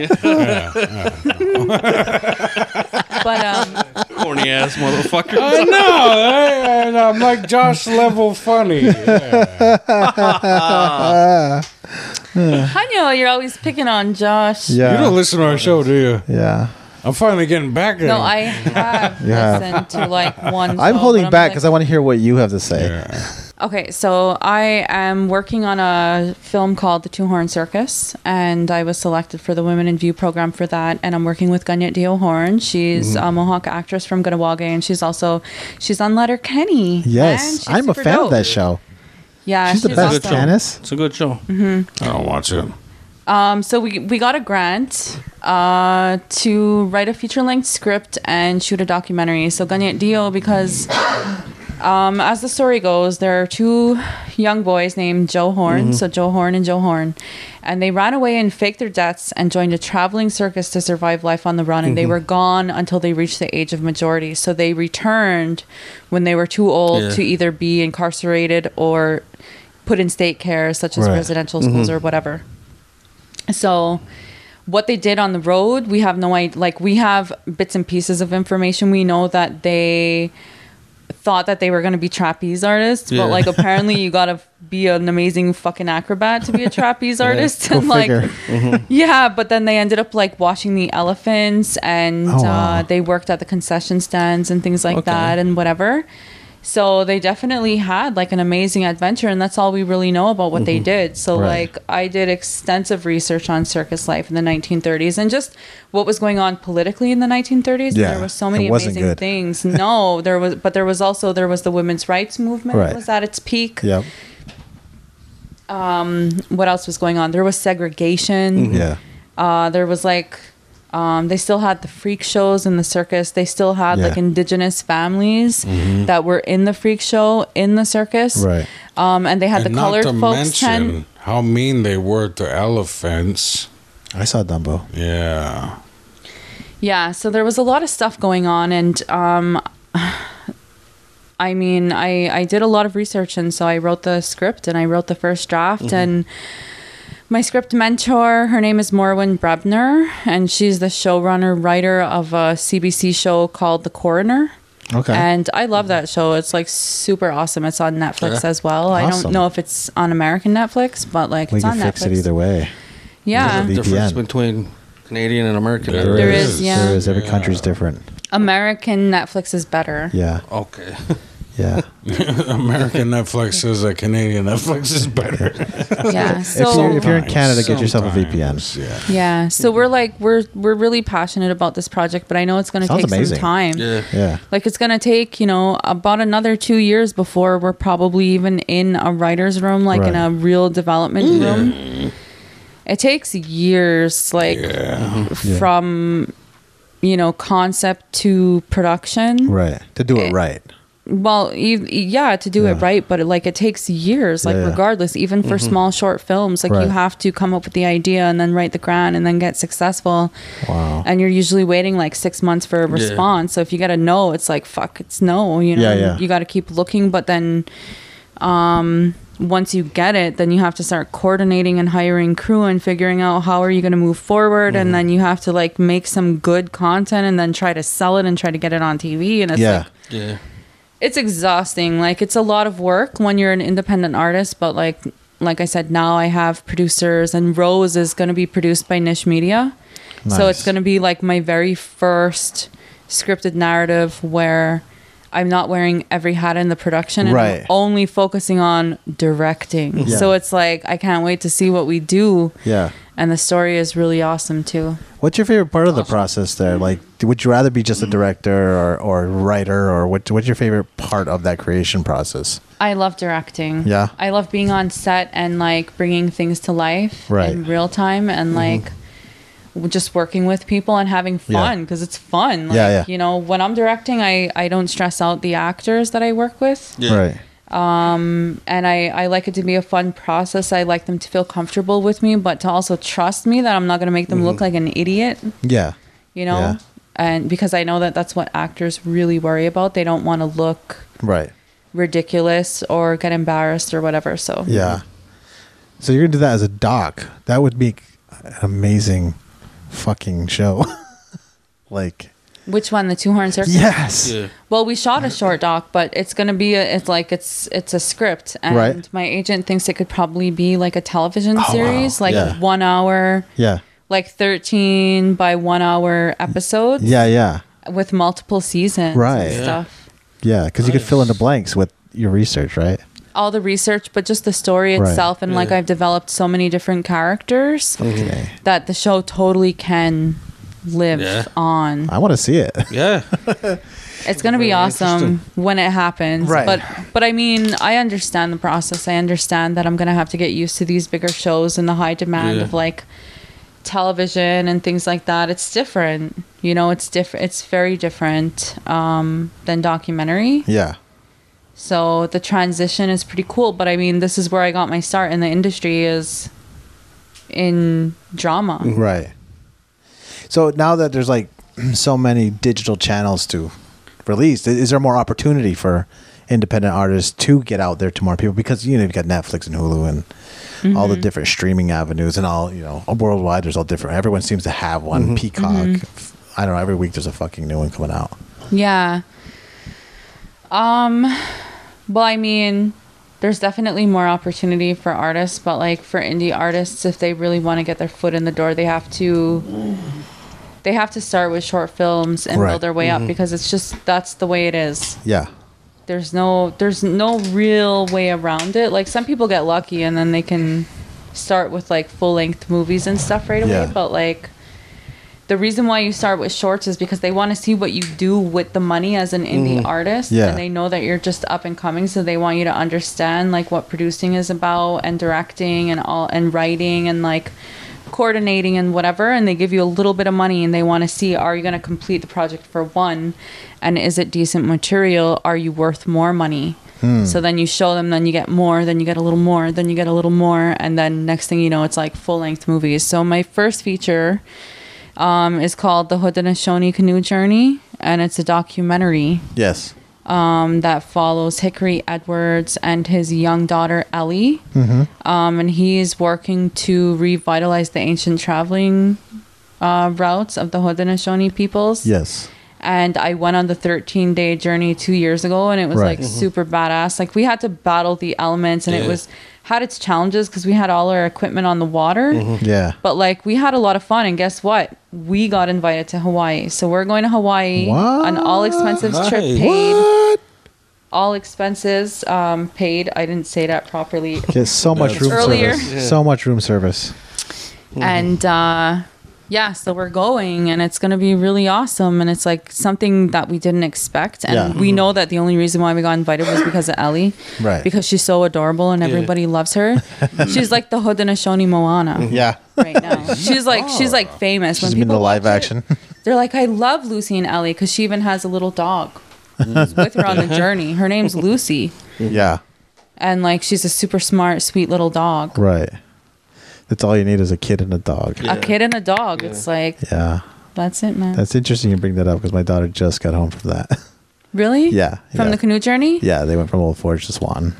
S3: But um,
S4: Corny ass motherfucker.
S2: I know. I, Oh, and I'm like Josh level funny.
S3: I know you're always picking on Josh.
S2: You
S1: Yeah,
S2: don't listen to our show, do you?
S1: yeah.
S2: I'm finally getting back at
S3: No,
S2: him.
S3: I have
S1: Yeah.
S3: listened to like one.
S1: I'm holding back because
S3: I.
S1: I want to hear what you have to say.
S3: Okay, so I am working on a film called The Two Horn Circus, and I was selected for the Women in View program for that. And I'm working with Gunyet Dio Horn. She's
S1: Mm-hmm.
S3: a Mohawk actress from Ganawage, and she's also she's on Letter Kenny.
S1: Yes, I'm a fan of that show.
S3: Yeah,
S1: She's the best
S4: good show.
S1: tennis.
S4: It's a good show.
S2: I don't watch it.
S3: Um, so we we got a grant uh, to write a feature length script and shoot a documentary. So Ganyet Dio because. Um, as the story goes, there are two young boys named Joe Horn, so Joe Horn and Joe Horn, and they ran away and faked their deaths and joined a traveling circus to survive life on the run. And they were gone until they reached the age of majority. So they returned when they were too old
S4: Yeah.
S3: to either be incarcerated or put in state care, such as
S1: Right. Mm-hmm.
S3: residential schools or whatever. So what they did on the road, we have no idea. Like we have bits and pieces of information. We know that they thought that they were going to be trapeze artists,
S4: Yeah.
S3: but like apparently you got to be an amazing fucking acrobat to be a trapeze artist.
S1: Go
S3: and like,
S1: figure. Mm-hmm.
S3: yeah, but then they ended up like washing the elephants and
S1: Oh, wow.
S3: uh, they worked at the concession stands and things like
S4: Okay.
S3: that and whatever. So they definitely had like an amazing adventure, and that's all we really know about what they did. So
S1: Mm-hmm. Right.
S3: like I did extensive research on circus life in the 1930s and just what was going on politically in the 1930s.
S1: Yeah,
S3: there were so
S1: it
S3: many
S1: wasn't
S3: amazing
S1: good.
S3: things. No, there was, but there was also there was the women's rights movement
S1: Right.
S3: was at its peak.
S1: Yep.
S3: What else was going on? There was segregation.
S1: Yeah.
S3: Uh, there was like, um, they still had the freak shows in the circus. They still had
S1: Yeah. Mm-hmm.
S3: like indigenous families that were in the freak show in the circus.
S1: Right.
S3: Um, and they had
S2: and
S3: the
S2: not
S3: colored
S2: to
S3: folks tent.
S2: mention how mean they were to elephants.
S1: I saw Dumbo.
S2: Yeah.
S3: Yeah. So there was a lot of stuff going on, and um, I mean, I I did a lot of research, and so I wrote the script, and I wrote the first draft,
S1: Mm-hmm.
S3: and. My script mentor, her name is Morwen Brebner, and she's the showrunner writer of a CBC show called The Coroner.
S1: Okay.
S3: And I love that show. It's like super awesome. It's on Netflix as well. I
S1: Awesome.
S3: don't know if it's on American Netflix, but like
S1: we
S3: it's
S1: can
S3: on
S1: fix
S3: Netflix.
S1: it either way.
S3: Yeah.
S1: There's a
S4: difference
S1: VPN.
S4: between Canadian and American.
S2: There
S3: There is, yeah.
S1: There is. Every country's different.
S3: American Netflix is better.
S1: Yeah.
S4: Okay.
S1: Yeah.
S2: American Netflix says that Canadian Netflix is better.
S3: Yeah.
S1: if,
S3: So
S1: you're, if you're in Canada, get yourself a
S2: Sometimes,
S1: VPN.
S2: Yeah.
S3: yeah. So we're like we're we're really passionate about this project, but I know it's going to
S1: Sounds
S3: take
S1: amazing.
S3: some time.
S4: Yeah.
S1: Yeah.
S3: Like it's going to take, you know, about another 2 years before we're probably even in a writer's room like
S1: Right.
S3: in
S1: Mm.
S3: a real development room. It takes years like
S2: Yeah.
S3: from you know concept to production
S1: Right. To do it right.
S3: well you, yeah to do it
S1: Yeah.
S3: right but it, like it takes years like
S1: Yeah, yeah.
S3: regardless even for small short films like you
S1: Right.
S3: have to come up with the idea and then write the grant and then get successful
S1: Wow.
S3: and you're usually waiting like six months for a response so if you get a no it's like fuck it's no you know
S1: Yeah,
S3: and
S1: yeah.
S3: you got to keep looking but then um once you get it then you have to start coordinating and hiring crew and figuring out how are you going to move forward
S1: Mm-hmm.
S3: and then you have to like make some good content and then try to sell it and try to get it on tv and it's
S1: yeah.
S3: like
S4: Yeah.
S3: it's exhausting like it's a lot of work when you're an independent artist but like like i said now i have producers and rose is going to be produced by niche media so
S1: Nice.
S3: it's going to be like my very first scripted narrative where i'm not wearing every hat in the production and
S1: Right.
S3: i'm only focusing on directing
S1: Yeah.
S3: so it's like i can't wait to see what we do
S1: yeah.
S3: and the story is really awesome too
S1: What's your favorite part of the process there? Like, d- would you rather be just a director or, or writer, or what, what's your favorite part of that creation process?
S3: I love directing.
S1: Yeah.
S3: I love being on set and like bringing things to life
S1: Right. Mm-hmm.
S3: in real time and like w just working with people and having
S1: Yeah.
S3: fun because it's fun. Like,
S1: Yeah, yeah.
S3: You know, when I'm directing, I, I don't stress out the actors that I work with.
S4: Yeah.
S1: Right.
S3: And I, I like it to be a fun process. I like them to feel comfortable with me, but to also trust me that I'm not going to make them look like an idiot,
S1: Yeah.
S3: you know?
S1: Mm-hmm. Yeah.
S3: And because I know that that's what actors really worry about. They don't want to look
S1: Right.
S3: ridiculous or get embarrassed or whatever. So,
S1: Yeah. So you're gonna do that as a doc. That would be an amazing fucking show. like
S3: Which one? The two horn circus?
S1: yes.
S4: Yeah.
S3: Well, we shot a short doc, but it's gonna be a, it's like it's it's a script, and
S1: Right. Oh,
S3: my agent thinks it could probably be like a television series, like
S1: Yeah.
S3: one hour,
S1: Yeah.
S3: like thirteen by one hour episodes,
S1: Yeah. Yeah.
S3: with multiple seasons,
S1: Right.
S3: And
S1: Yeah.
S3: Stuff.
S1: Yeah. Because you could fill in the blanks with your research, right?
S3: All the research, but just the story
S1: Right.
S3: itself, and like
S4: Yeah.
S3: I've developed so many different characters
S1: Okay.
S3: that the show totally can live
S4: Yeah.
S3: on.
S1: I want to see it.
S4: Yeah.
S3: It's gonna be
S4: Very
S3: awesome when it happens.
S1: Right.
S3: But but I mean, I understand the process. I understand that I'm gonna have to get used to these bigger shows and the high demand
S4: Yeah.
S3: of like television and things like that. It's different. You know, it's different. It's very different um, than documentary.
S1: Yeah.
S3: So the transition is pretty cool. But I mean, this is where I got my start in the industry is in drama.
S1: Right. So now that there's like so many digital channels to release, i- is there more opportunity for independent artists to get out there to more people? Because you know you've got Netflix and Hulu and all the different streaming avenues and all you know worldwide. There's all different. Everyone seems to have one. Peacock. f- I don't know. Every week there's a fucking new one coming out.
S3: Yeah. Um well I mean there's definitely more opportunity for artists, but like for indie artists if they really want to get their foot in the door, they have to they have to start with short films and
S1: Right.
S3: build their way up because it's just that's the way it is.
S1: Yeah.
S3: there's no there's no real way around it. Like some people get lucky and then they can start with like full length movies and stuff right away.
S1: Yeah.
S3: But like the reason why you start with shorts is because they want to see what you do with the money as an indie artist
S1: Mm-hmm. Yeah.
S3: and they know that you're just up and coming so they want you to understand like what producing is about and directing and all and writing and like coordinating and whatever and they give you a little bit of money and they want to see are you going to complete the project for one and is it decent material are you worth more money so then you show them then you get more then you get a little more then you get a little more and then next thing you know it's like full length movies so my first feature um, is called the Haudenosaunee Canoe Journey, and it's a documentary
S1: Yes.
S3: um, that follows Hickory Edwards and his young daughter Ellie.
S1: Mm-hmm.
S3: Um, and he is working to revitalize the ancient traveling uh, routes of the Haudenosaunee peoples.
S1: Yes.
S3: And I went on the 13 day journey two years ago, and it was
S1: Right.
S3: like super badass. Like we had to battle the elements, and it
S4: Yeah.
S3: was had its challenges because we had all our equipment on the water.
S1: Yeah.
S3: But like we had a lot of fun, and guess what? We got invited to Hawaii, so we're going to Hawaii.
S1: What?
S3: An all expenses trip
S2: Nice.
S3: paid. All expenses um, paid. I didn't say that properly.
S1: Get so much
S2: That's
S1: room
S3: Earlier.
S1: service.
S4: Yeah.
S1: So much room service. Mm-hmm.
S3: and uh, yeah, so we're going, and it's gonna be really awesome. And it's like something that we didn't expect, and
S1: Yeah. Mm-hmm.
S3: we know that the only reason why we got invited was because of Ellie,
S1: Right.
S3: Because she's so adorable, and everybody loves her. she's like the Haudenosaunee Moana
S1: Yeah.
S3: right now. She's like she's like famous.
S1: She's been to
S3: people
S1: live
S3: watch it,
S1: action.
S3: They're like, I love Lucy and Ellie because she even has a little dog
S1: Mm.
S3: who's with her on
S1: Uh-huh.
S3: the journey. Her name's Lucy.
S1: yeah.
S3: And like, she's a super smart, sweet little dog.
S1: Right. That's all you need is a kid and a dog. Yeah.
S4: Yeah.
S3: A kid and a dog. It's like, that's it, man.
S1: That's interesting you bring that up because my daughter just got home from that.
S3: really?
S1: Yeah,
S3: From
S1: yeah.
S3: the canoe journey
S1: yeah, they went from Old Forge to Swanton.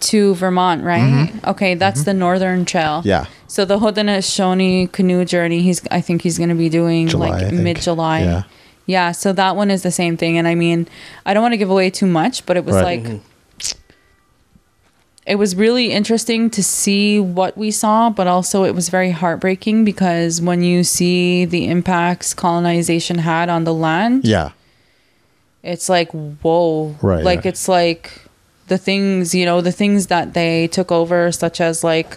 S3: to Vermont, right? Okay, that's the Northern Trail.
S1: Mm-hmm. Yeah.
S3: So the Haudenosaunee canoe journey, he's I think he's going to be doing
S1: July, I
S3: like
S1: think.
S3: mid July.
S1: Yeah.
S3: Yeah, so that one is the same thing and I mean, I don't want to give away too much, but it was
S1: Right. Mm-hmm.
S3: like it was really interesting to see what we saw, but also it was very heartbreaking because when you see the impacts colonization had on the land,
S1: Yeah.
S3: it's like whoa
S1: Right,
S3: like
S1: yeah.
S3: it's like the things you know the things that they took over such as like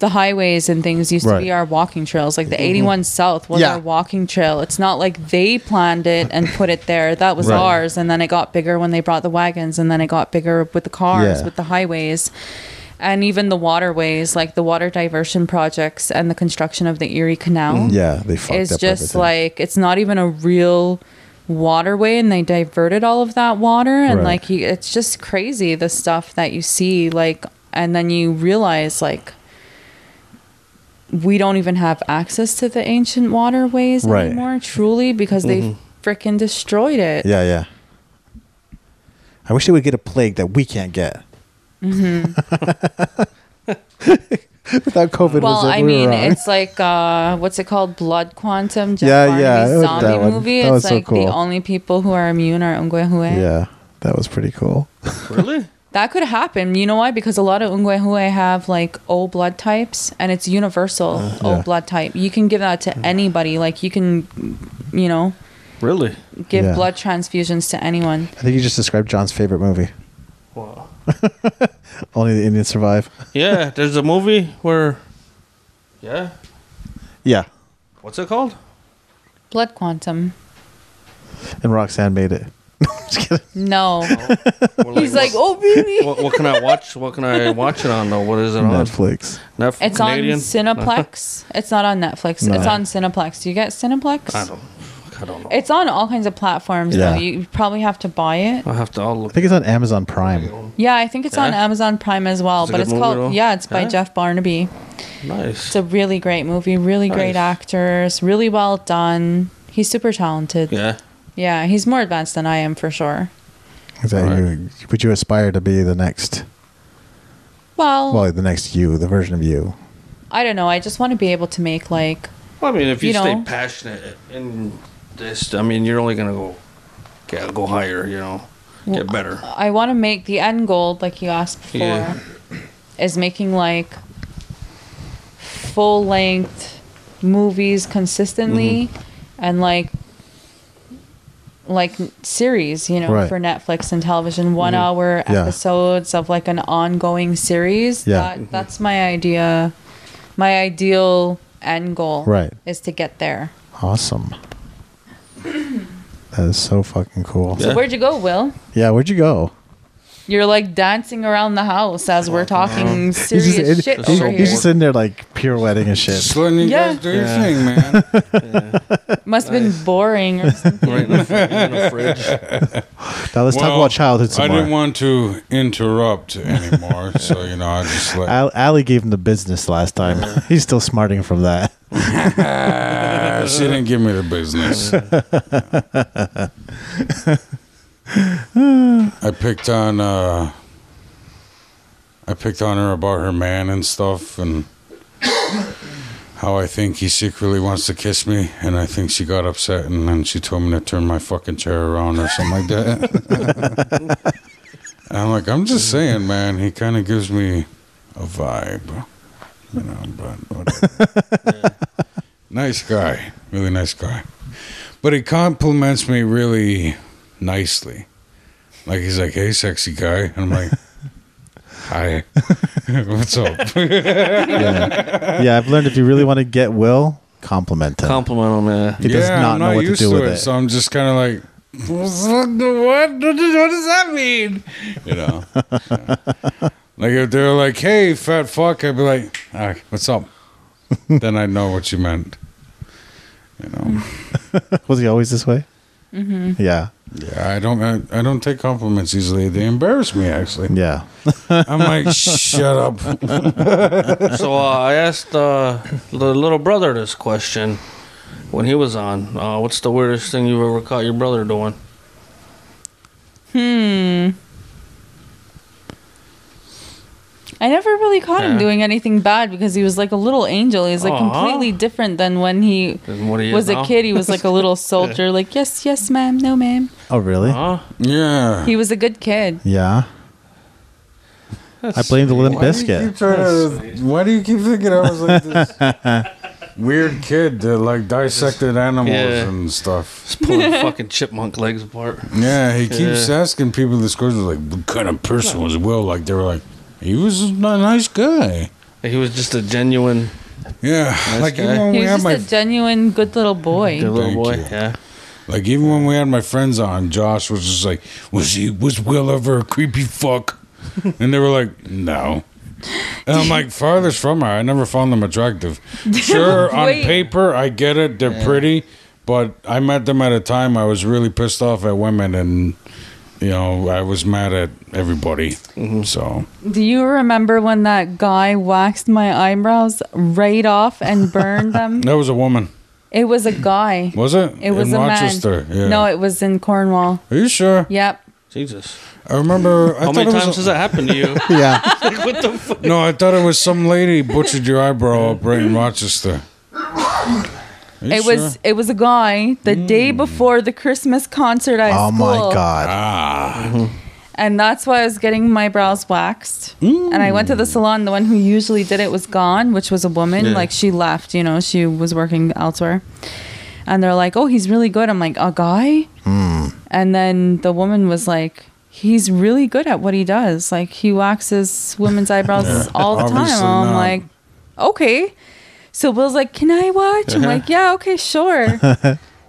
S3: the highways and things used to
S1: Right. Mm-hmm.
S3: be our walking trails like the 81 south was
S1: Yeah.
S3: our walking trail it's not like they planned it and put it there that was
S1: Right.
S3: ours and then it got bigger when they brought the wagons and then it got bigger with the cars
S1: Yeah.
S3: with the highways and even the waterways like the water diversion projects and the construction of the erie canal
S1: Mm-hmm. Yeah. They fucked
S3: it's
S1: up
S3: just
S1: everything.
S3: like it's not even a real waterway and they diverted all of that water and
S1: Right.
S3: like you, it's just crazy the stuff that you see like and then you realize like we don't even have access to the ancient waterways
S1: Right. Mm-hmm.
S3: anymore truly because they freaking destroyed it
S1: Yeah, yeah. I wish they would get a plague that we can't get.
S3: Mm-hmm.
S1: Without COVID,
S3: well
S1: was it,
S3: i
S1: we
S3: mean
S1: were wrong.
S3: it's like uh what's it called blood quantum Jeff
S1: Yeah,
S3: Barnaby's
S1: yeah, it was
S3: zombie
S1: that one.
S3: movie
S1: That was
S3: it's
S1: so
S3: like
S1: cool.
S3: the only people who are immune are ungwehue
S1: yeah, that was pretty cool.
S4: Really?
S3: That could happen. You know why? Because a lot of Ungwehue have like O blood types and it's universal O
S1: Uh, yeah. Mm.
S3: blood type. You can give that to anybody. Like you can, you know,
S4: Really?
S3: give
S1: Yeah.
S3: blood transfusions to anyone.
S1: I think you just described John's favorite movie.
S4: Wow.
S1: Only the Indians survive.
S4: Yeah, there's a movie where. Yeah.
S1: Yeah,
S4: What's it called?
S3: Blood quantum.
S1: and Roxanne made it.
S3: No.
S4: Or
S3: He's like,
S4: what,
S3: oh, baby.
S4: What, what can I watch? What can I watch it on though? What is it on?
S1: Netflix.
S4: Netflix.
S3: It's
S4: Canadian?
S3: on Cineplex. it's not on Netflix.
S1: No.
S3: It's on Cineplex. Do you get Cineplex?
S4: I don't. I don't know.
S3: It's on all kinds of platforms
S1: Yeah.
S3: though. You probably have to buy it.
S4: I have to. I'll look.
S1: I think it's on Amazon Prime.
S3: Yeah, I think it's on
S4: Yeah.
S3: Amazon Prime as well,
S4: It's a
S3: but
S4: good
S3: it's
S4: movie,
S3: called
S4: though.
S3: Yeah, it's by
S4: Yeah.
S3: Jeff Barnaby.
S4: Nice.
S3: It's a really great movie, really great
S4: Nice.
S3: actors, really well done. He's super talented. Yeah.
S4: yeah.
S3: he's more advanced than I am for sure.
S1: Is that
S4: Alright.
S1: you? Would you aspire to be the next?
S3: Well,
S1: Well, the next you, the version of you.
S3: I don't know. I just want to be able to make like
S4: Well, I mean, if you,
S3: You
S4: stay
S3: know.
S4: passionate in this, I mean, you're only gonna go, get, go higher. You know, get better.
S3: I want to make the end goal like you asked before
S4: Yeah.
S3: is making like full
S1: Mm-hmm.
S3: length movies consistently and like like series, you know,
S1: Right. Mm-hmm.
S3: for Netflix and television, one hour
S1: Yeah.
S3: episodes of like an ongoing series.
S1: Yeah. Mm-hmm.
S3: That, that's my idea. My ideal end goal
S1: Right.
S3: is to get there.
S1: Awesome. That is so fucking cool.
S4: Yeah.
S1: Yeah,
S3: Where'd you go, Will?
S1: where'd you go?
S3: You're like dancing around the house as we're talking
S1: He's
S3: serious
S1: just, in,
S3: shit
S1: he's-
S3: over
S4: so
S3: here.
S1: he's just in there like pirouetting and shit.
S2: Just letting you
S3: Yeah.
S2: guys do your thing, man.
S3: Must have been boring or something.
S4: Right in the, fr- in the fridge.
S1: Now let's talk
S2: Well,
S1: about childhood some
S2: I
S1: more.
S2: didn't want to interrupt anymore, so you know I just let.
S1: Al- Allie gave him the business last time. he's still smarting from that.
S2: Ah, she didn't give me the business. I picked on. uh I picked on her about her man and stuff, and how I think he secretly wants to kiss me, and I think she got upset, and then she told me to turn my fucking chair around or something like that. And I'm like, I'm just saying, man. He kind of gives me a vibe, you know. But whatever. nice guy, really nice guy. But he compliments me really nicely. Like he's like, "Hey, sexy guy," and I'm like, "Hi, what's up?"
S1: yeah, I've learned if you really want to get Will, compliment him.
S4: Compliment him, yeah.
S1: he does not know what to do with it.
S2: So I'm just kind of like, what, what? What does that mean? You know, like if they're like, "Hey, fat fuck," I'd be like, "All right, "What's up?" then I know what you meant. You know.
S1: Was he always this way? Mm-hmm. Yeah,
S2: Yeah, I don't. I, I don't take compliments easily. They embarrass me. Actually,
S1: yeah.
S2: I'm like, shut up.
S4: So uh, I asked uh, the little brother this question when he was on. Uh, what's the weirdest thing you've ever caught your brother doing?
S3: hmm. I never really caught him
S4: Yeah.
S3: doing anything bad because he was like a little angel. He's like
S4: Aw.
S3: completely different than when he
S4: Than what he is
S3: was
S4: now?
S3: a kid. He was like a little soldier, like yes, yes, ma'am, no, ma'am.
S1: Oh, really?
S4: Huh?
S2: Yeah.
S3: He was a good kid.
S1: Yeah. I blame the Limp Biscuit.
S2: trying to, why do you keep thinking I was like this weird kid that like dissected animals
S4: Yeah.
S2: and stuff?
S4: Just pulling fucking chipmunk legs apart.
S2: Yeah, he keeps
S4: Yeah.
S2: asking people this question, like, what kind of person was Will? Like, they were like, he was a nice guy.
S4: He was just a genuine
S2: Yeah, like
S4: guy.
S2: even when
S3: He
S2: we
S3: was
S2: had
S3: just
S2: my,
S3: a genuine, good little
S4: good
S3: boy.
S4: little
S2: Thank
S4: boy.
S2: you.
S4: Yeah.
S2: like even when we had my friends on, Josh was just like, was he was Will ever a creepy fuck? and they were like, no. And I'm like, farthest from her. I never found them attractive. Sure, on
S3: Wait.
S2: paper, I get it. They're pretty, but I met them at a time I was really pissed off at women, and you know, I was mad at everybody.
S4: Mm-hmm.
S2: So.
S3: Do you remember when that guy waxed my eyebrows right off and burned them?
S2: That was a woman,
S3: It was a guy.
S2: was it?
S3: It was
S2: in
S3: a
S2: Rochester.
S3: man.
S2: Yeah.
S3: No, it was in Cornwall.
S2: Are you sure?
S3: Yep.
S4: Jesus.
S2: I remember. I
S4: How
S2: thought
S4: many
S2: it was
S4: times
S2: a-
S4: has that happened to you?
S1: Yeah.
S4: like, what the fuck?
S2: No, I thought it was some lady butchered your eyebrow up right in Rochester. Are you
S3: It was
S2: sure?
S3: it was a guy the day before the Christmas concert at
S1: Oh
S3: school.
S1: my god.
S2: Ah,
S3: and that's why I was getting my brows waxed. And I went to the salon. The one who usually did it was gone, which was a woman.
S4: Yeah.
S3: Like she left, you know, she was working elsewhere. And they're like, "Oh, he's really good." I'm like, "A guy?" And then the woman was like, "He's really good at what he does. Like he waxes women's eyebrows
S2: Yeah.
S3: all the time."
S2: Obviously
S3: I'm
S2: not.
S3: like, "Okay." So Will's like, "Can I watch?" I'm like, "Yeah, okay, sure."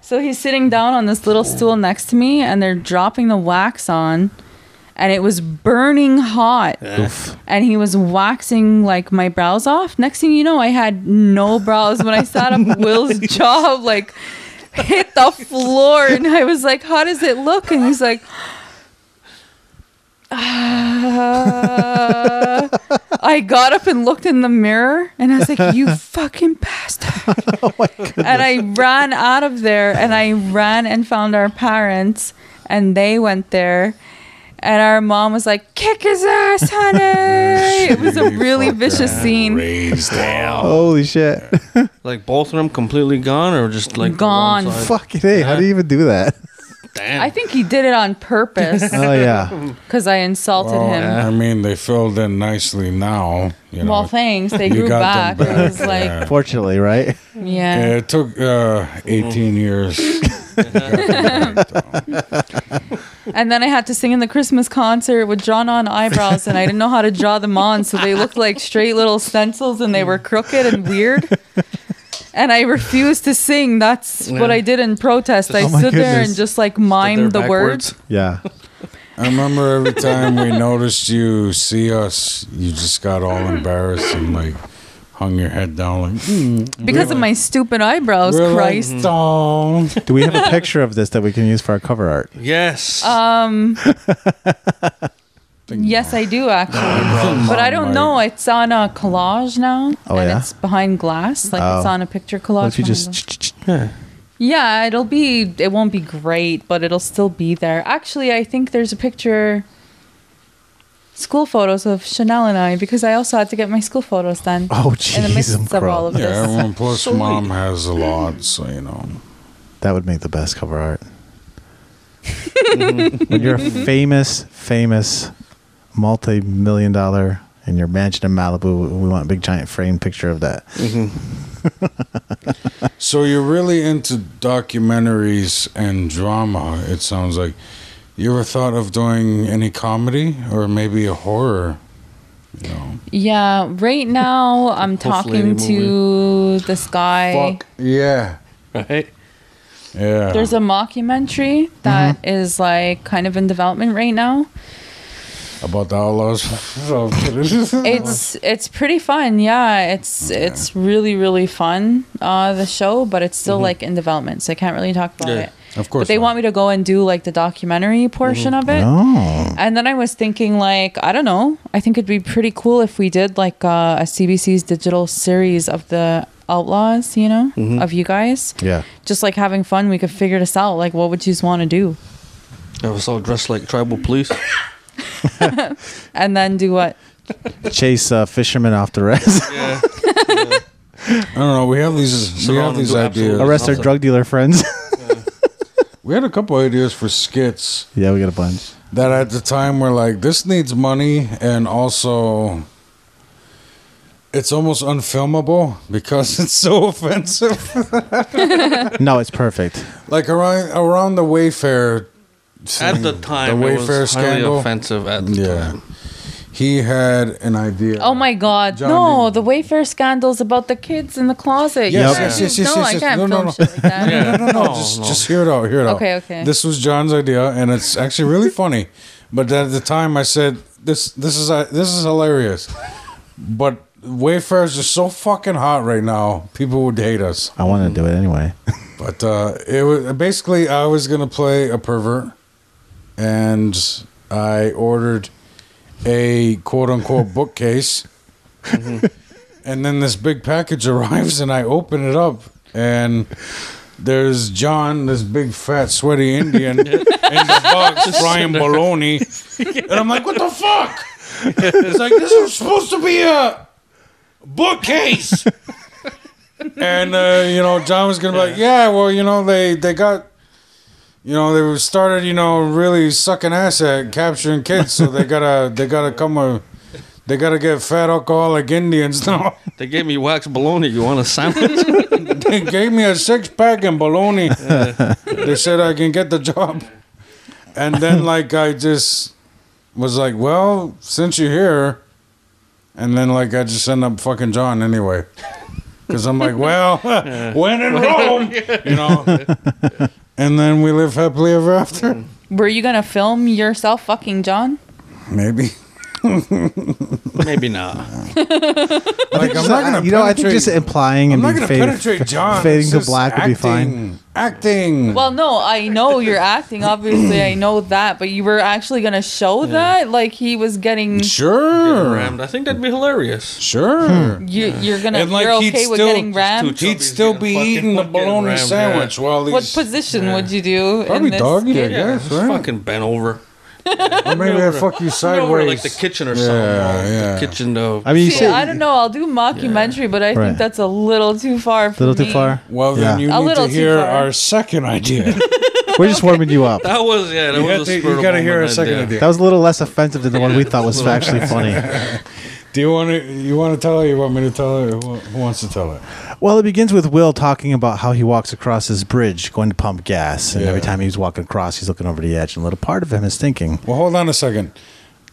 S3: So he's sitting down on this little stool next to me, and they're dropping the wax on, and it was burning hot. And he was waxing like my brows off. Next thing you know, I had no brows when I sat up. Will's jaw like hit the floor, and I was like, "How does it look?" And he's like. "Uh." I got up and looked in the mirror, and I was like, "You fucking bastard!" and I ran out of there and I ran and found our parents and they went there and our mom was like, Kick his ass, honey. it was a really vicious scene.
S2: raised hell.
S1: Holy shit.
S4: Like both of them completely gone or just like the
S3: Gone.
S4: one side?
S1: Fucking hey, how do you even do that?
S4: Damn.
S3: I think he did it on purpose
S1: Oh yeah.
S3: because I insulted
S2: Well,
S3: him.
S2: I mean, they filled in nicely now. You know,
S3: Well, thanks. They
S2: You
S3: grew
S2: got
S3: back.
S2: them
S3: It was
S2: back,
S3: like,
S2: yeah.
S1: Fortunately, right?
S3: yeah.
S2: Yeah, it took uh, 18 years.
S3: And then I had to sing in the Christmas concert with drawn on eyebrows, and I didn't know how to draw them on. So they looked like straight little stencils and they were crooked and weird. And I refused to sing. That's what
S4: Yeah.
S3: I did in protest. I
S1: Oh my
S3: stood there and
S1: goodness.
S3: just like mimed the words.
S1: Yeah.
S2: I remember every time we noticed you see us, you just got all embarrassed and like hung your head down like "Hmm,
S3: Because of my stupid eyebrows,
S2: "We're like
S3: Christ.
S2: dogs."
S1: Do we have a picture of this that we can use for our cover art?
S4: Yes.
S3: Uh, Yes, I do actually.
S2: Eyebrows.
S3: But I don't know. It's on a collage now.
S1: Oh,
S3: and
S1: yeah?
S3: it's behind glass. Like it's
S1: Oh.
S3: on a picture collage.
S1: What if you
S3: behind glass.
S1: just
S3: Yeah, it'll be. It won't be great, but it'll still be there. Actually, I think there's a picture. School photos of Chanel and I because I also had to get my school photos done.
S1: Oh,
S3: In the midst
S1: jeez, I'm
S3: of all
S1: crow.
S3: of
S2: yeah,
S3: this.
S2: everyone plus
S4: So
S2: mom has a lot, so you know.
S1: That would make the best cover art. when you're a famous, famous, multi-million dollar in your mansion in Malibu, we want a big giant frame picture of that.
S4: Mm-hmm.
S2: So you're really into documentaries and drama, it sounds like. You ever thought of doing any comedy or maybe a horror? You know.
S3: Yeah, right now I'm
S4: Hopefully
S3: talking
S4: the
S3: to this guy.
S4: Fuck.
S2: Yeah.
S4: Right.
S2: Yeah.
S3: There's a mockumentary that
S4: Mm-hmm.
S3: is like kind of in development right now.
S2: about the outlaws. So
S4: Mm-hmm.
S2: kidding.
S3: it's it's pretty fun yeah it's it's really really fun uh the show but it's still like in development so i can't really talk about
S4: Mm-hmm. Yeah,
S3: it
S2: of course.
S3: but they
S2: not.
S3: want me to go and do like the documentary portion of it
S1: Oh,
S3: and then i was thinking like i don't know i think it'd be pretty cool if we did like uh, a cbc's digital series of the outlaws you know
S2: Mm-hmm.
S3: of you guys
S1: yeah.
S3: just like having fun we could figure this out like what would you want to do
S4: I was all dressed like tribal police.
S3: and then do what
S1: Chase uh, fishermen off the res.
S4: Yeah.
S2: I don't know. We have these. We
S4: Surround
S2: have
S4: them
S2: these
S4: to
S2: ideas.
S4: absolute-
S1: Arrest our drug dealer friends.
S2: We had a couple ideas for skits
S1: yeah, we got a bunch.
S2: that at the time were like, this needs money, and also. It's almost unfilmable because it's so offensive.
S1: No, it's perfect.
S2: like around around the Wayfair
S4: At the time,
S2: the
S4: it
S2: Wayfair
S4: was highly
S2: scandal.
S4: offensive. At the
S2: Yeah,
S4: time.
S2: he had an idea.
S3: Oh my God!
S2: John
S3: no,
S2: Dean.
S3: the Wayfair scandals about the kids in the closet. You
S2: Yes,
S3: can't
S2: yes, yes,
S3: do-
S2: yes,
S3: no,
S2: yes,
S3: I
S2: yes.
S3: can't
S2: No, no,
S3: film
S2: no.
S3: shit like that.
S4: Yeah.
S2: no, no, no, just just hear it out, hear it out.
S3: Okay, okay.
S2: This was John's idea, and it's actually really funny. But at the time, I said this this is uh, this is hilarious. But Wayfarers are so fucking hot right now. People would hate us.
S1: I want to do it anyway.
S2: But uh, it was basically I was gonna play a pervert, and I ordered a quote unquote bookcase, and then this big package arrives, and I open it up, and there's John, this big fat sweaty Indian, and the box frying bologna, and I'm like, what the fuck? It's like this is supposed to be a bookcase and uh, you know John was gonna be like, yeah, well, you know they they got, you know they were started, you know, really sucking ass at capturing kids, so they gotta they gotta come a, they gotta get fat alcoholic Indians now.
S4: They gave me wax bologna. You want a sandwich?
S2: they gave me a six pack and bologna. they said I can get the job, and then like I just was like, well, since you're here, and then like I just end up fucking John anyway. Cause I'm like, well, when in Rome, you know. And then we live happily ever after.
S3: Were you gonna film yourself fucking John?
S2: Maybe.
S4: Maybe not.
S2: Like I'm not gonna.
S1: you know, I think
S2: penetrate-
S1: just implying and
S2: I'm not
S1: being
S2: gonna
S1: faded-
S2: penetrate John.
S1: fading
S2: It's
S1: to
S2: just
S1: black would be fine.
S2: acting. Acting.
S3: Well, no, I know you're acting. Obviously, I know that, but you were actually gonna show that, like he was getting.
S2: sure.
S4: Rammed. I think that'd be hilarious.
S2: Sure.
S1: Hmm.
S3: You, you're gonna.
S2: And, like,
S3: you're
S2: he'd
S3: okay with
S2: still-
S3: getting rammed.
S4: Just
S2: He'd still be
S4: Fucking-
S2: eating the
S4: fucking
S2: bologna
S4: rammed,
S2: sandwich while he's
S3: What position would you do?
S2: probably
S3: in this?
S2: doggy, I
S4: Yeah,
S2: guess,
S4: just
S2: right?
S4: fucking bent over.
S2: or maybe I fuck you
S4: Bent over like
S2: sideways.
S4: the kitchen or
S2: Yeah,
S4: something. Yeah,
S2: yeah.
S4: The kitchen though.
S1: I mean, you
S3: See,
S1: said
S3: I don't know. I'll do mockumentary, but I
S1: Right.
S3: think that's a little too far.
S1: a
S3: For
S1: little too
S3: me.
S1: far.
S2: well, then
S1: Yeah.
S2: you need
S3: A
S2: to
S3: little too
S2: hear
S3: far.
S2: our second idea.
S1: We're just warming you up.
S4: that was yeah. That
S2: you
S4: was a
S2: had to-
S4: spur
S2: you
S4: of
S2: gotta hear
S4: moment
S2: our second
S4: idea.
S2: idea.
S1: That was a little less offensive than the one we thought was actually funny.
S2: Do you want to? You want to tell it? You want me to tell it? Who, who wants to tell it?
S1: Well, it begins with Will talking about how he walks across this bridge going to pump gas. And every
S2: Yeah.
S1: time he's walking across, he's looking over the edge. And a little part of him is thinking,
S2: Well, hold on a second.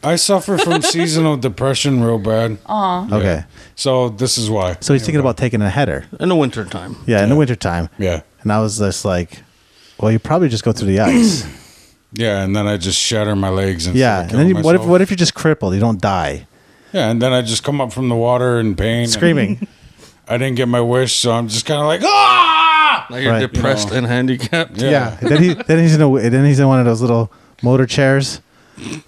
S2: I suffer from seasonal depression real bad.
S3: Uh-huh.
S1: okay.
S2: So this is why.
S1: So he's thinking about taking a header.
S4: in the wintertime.
S1: Yeah, in the wintertime.
S2: Yeah.
S1: And I was just like, well, you probably just go through the ice.
S2: Yeah, and then I just shatter my legs and
S1: yeah.
S2: start
S1: And then you,
S2: killing
S1: what if
S2: myself.
S1: what if you're just crippled? You don't die.
S2: Yeah, and then I just come up from the water in pain, and
S1: Screaming.
S2: I didn't get my wish, so I'm just kind of like ah.
S4: Like you're
S1: Right.
S4: depressed and handicapped.
S2: Yeah.
S1: yeah. Then he then he's in a then he's in one of those little motor chairs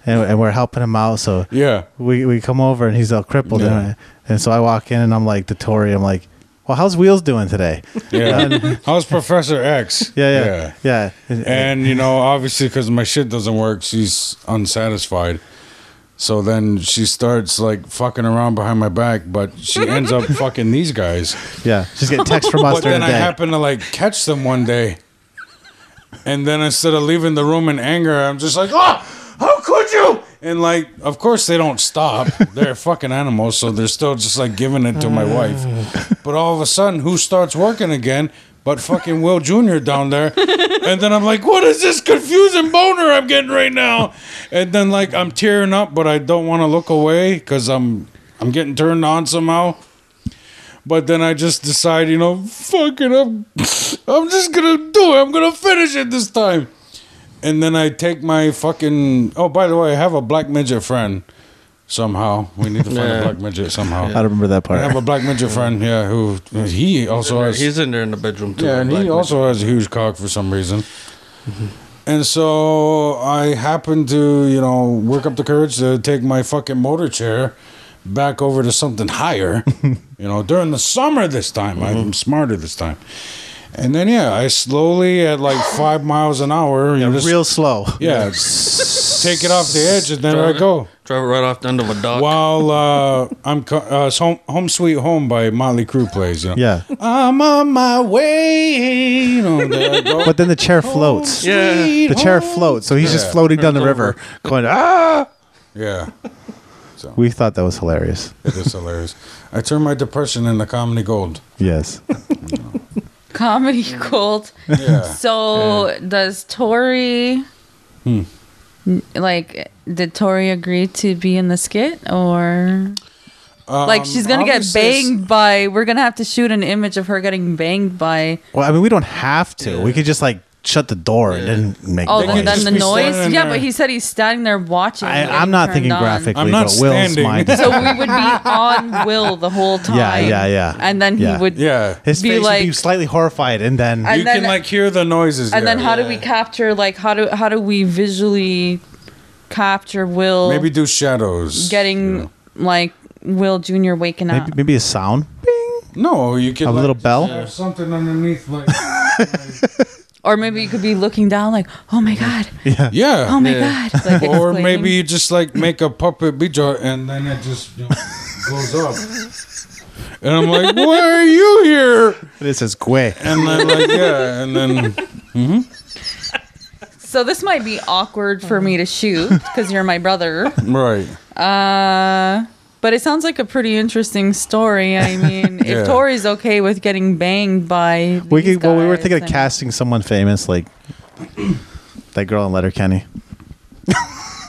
S1: and, and we're helping him out. So
S2: Yeah.
S1: we, we come over and he's all crippled
S2: Yeah.
S1: and, I, and so I walk in and I'm like the Tory, I'm like, Well, how's wheels doing today?
S2: Yeah. How's Professor X?
S1: Yeah, yeah. Yeah.
S2: And, you know, obviously, because my shit doesn't work, she's unsatisfied. So then she starts like fucking around behind my back, but she ends up fucking these guys.
S1: yeah. She's getting texts from us
S2: But
S1: during
S2: then
S1: the
S2: I
S1: day.
S2: happen to like catch them one day. And then instead of leaving the room in anger, I'm just like, oh, how could you? And like, of course, they don't stop. They're fucking animals. So they're still just like giving it to my wife. But all of a sudden, who starts working again? But fucking Will Jr. down there. And then I'm like, what is this confusing boner I'm getting right now? And then like, I'm tearing up, but I don't want to look away because I'm. I'm getting turned on somehow. But then I just decide, you know, fuck it, I'm, I'm just gonna do it. I'm gonna finish it this time. And then I take my fucking. Oh, by the way, I have a black midget friend. Somehow, we need to find a
S4: Yeah.
S2: black midget somehow.
S1: I don't remember that
S2: I have
S1: part.
S2: a black midget friend. Yeah, who he also has.
S4: He's in there in the bedroom too.
S2: Yeah, and
S4: like-
S2: he also has a huge cock for some reason.
S1: Mm-hmm.
S2: And so I happened to, you know, work up the courage to take my fucking motor chair back over to something higher, you know, during the summer this time.
S1: Mm-hmm.
S2: I'm smarter this time. And then, yeah, I slowly at like five miles an hour, you know, just,
S1: Real slow.
S2: yeah, take it off the edge and there I go.
S4: drive it right off the end of a dock.
S2: While uh, I'm co- uh, it's home, home Sweet Home by Motley Crue plays, you know.
S1: Yeah.
S2: I'm on my way. You know, there I go.
S1: But then the
S3: Oh,
S1: chair floats.
S4: Yeah.
S1: The chair floats, so he's just
S2: Yeah.
S1: floating down the river, going ah.
S2: Yeah,
S1: We thought that was hilarious.
S2: it is hilarious. I turned my depression into comedy gold.
S1: Yes.
S3: Comedy gold.
S2: Yeah. Hmm.
S3: So does Tori like did Tori agree to be in the skit or like she's gonna get
S2: Um, obviously it's-
S3: banged by we're gonna have to shoot an image of her getting banged by
S1: Well, I mean, we don't have to. We could just like shut the door and then make
S3: oh
S2: They
S3: then,
S1: noise.
S2: could
S3: then
S2: just
S3: the
S2: be
S3: noise
S2: standing
S3: yeah
S2: there.
S3: but he said he's standing there watching
S1: I,
S3: getting
S1: I'm not
S3: turned
S1: thinking
S3: on.
S1: graphically,
S2: I'm not
S1: but Will's
S2: standing.
S1: mind.
S3: so we would be on Will the whole time
S1: Yeah, yeah, yeah.
S3: and then
S1: Yeah.
S3: he would
S2: Yeah.
S1: His
S3: be
S1: face would be
S3: like-
S1: slightly horrified, and then
S3: I-
S2: you
S3: and then-
S2: can like hear the noises.
S3: and
S2: yeah.
S3: then how do we capture like how do how do we visually capture Will
S2: Maybe do shadows.
S3: getting
S2: you
S3: like Will Jr. waking
S1: maybe,
S3: up.
S1: maybe a sound,
S2: know. No, you can
S1: a
S2: like,
S1: little
S2: just
S1: bell.
S2: have something underneath. Like
S3: Or maybe you could be looking down like, oh my God,
S2: yeah.
S3: oh my
S4: Yeah.
S3: God. Like
S2: or
S3: exclaiming.
S2: maybe you just like make a puppet beat jar and then it just you know, goes up. And I'm like, why are you here?
S1: This is Gwe.
S2: And then like yeah, and then
S3: So this might be awkward for me to shoot because you're my brother.
S2: right.
S3: Uh, but it sounds like a pretty interesting story. I mean,
S2: Yeah.
S3: if Tori's okay with getting banged by.
S1: We
S3: these
S1: could, well, we were
S3: guys,
S1: thinking of
S3: I mean-
S1: casting someone famous, like that girl in Letterkenny.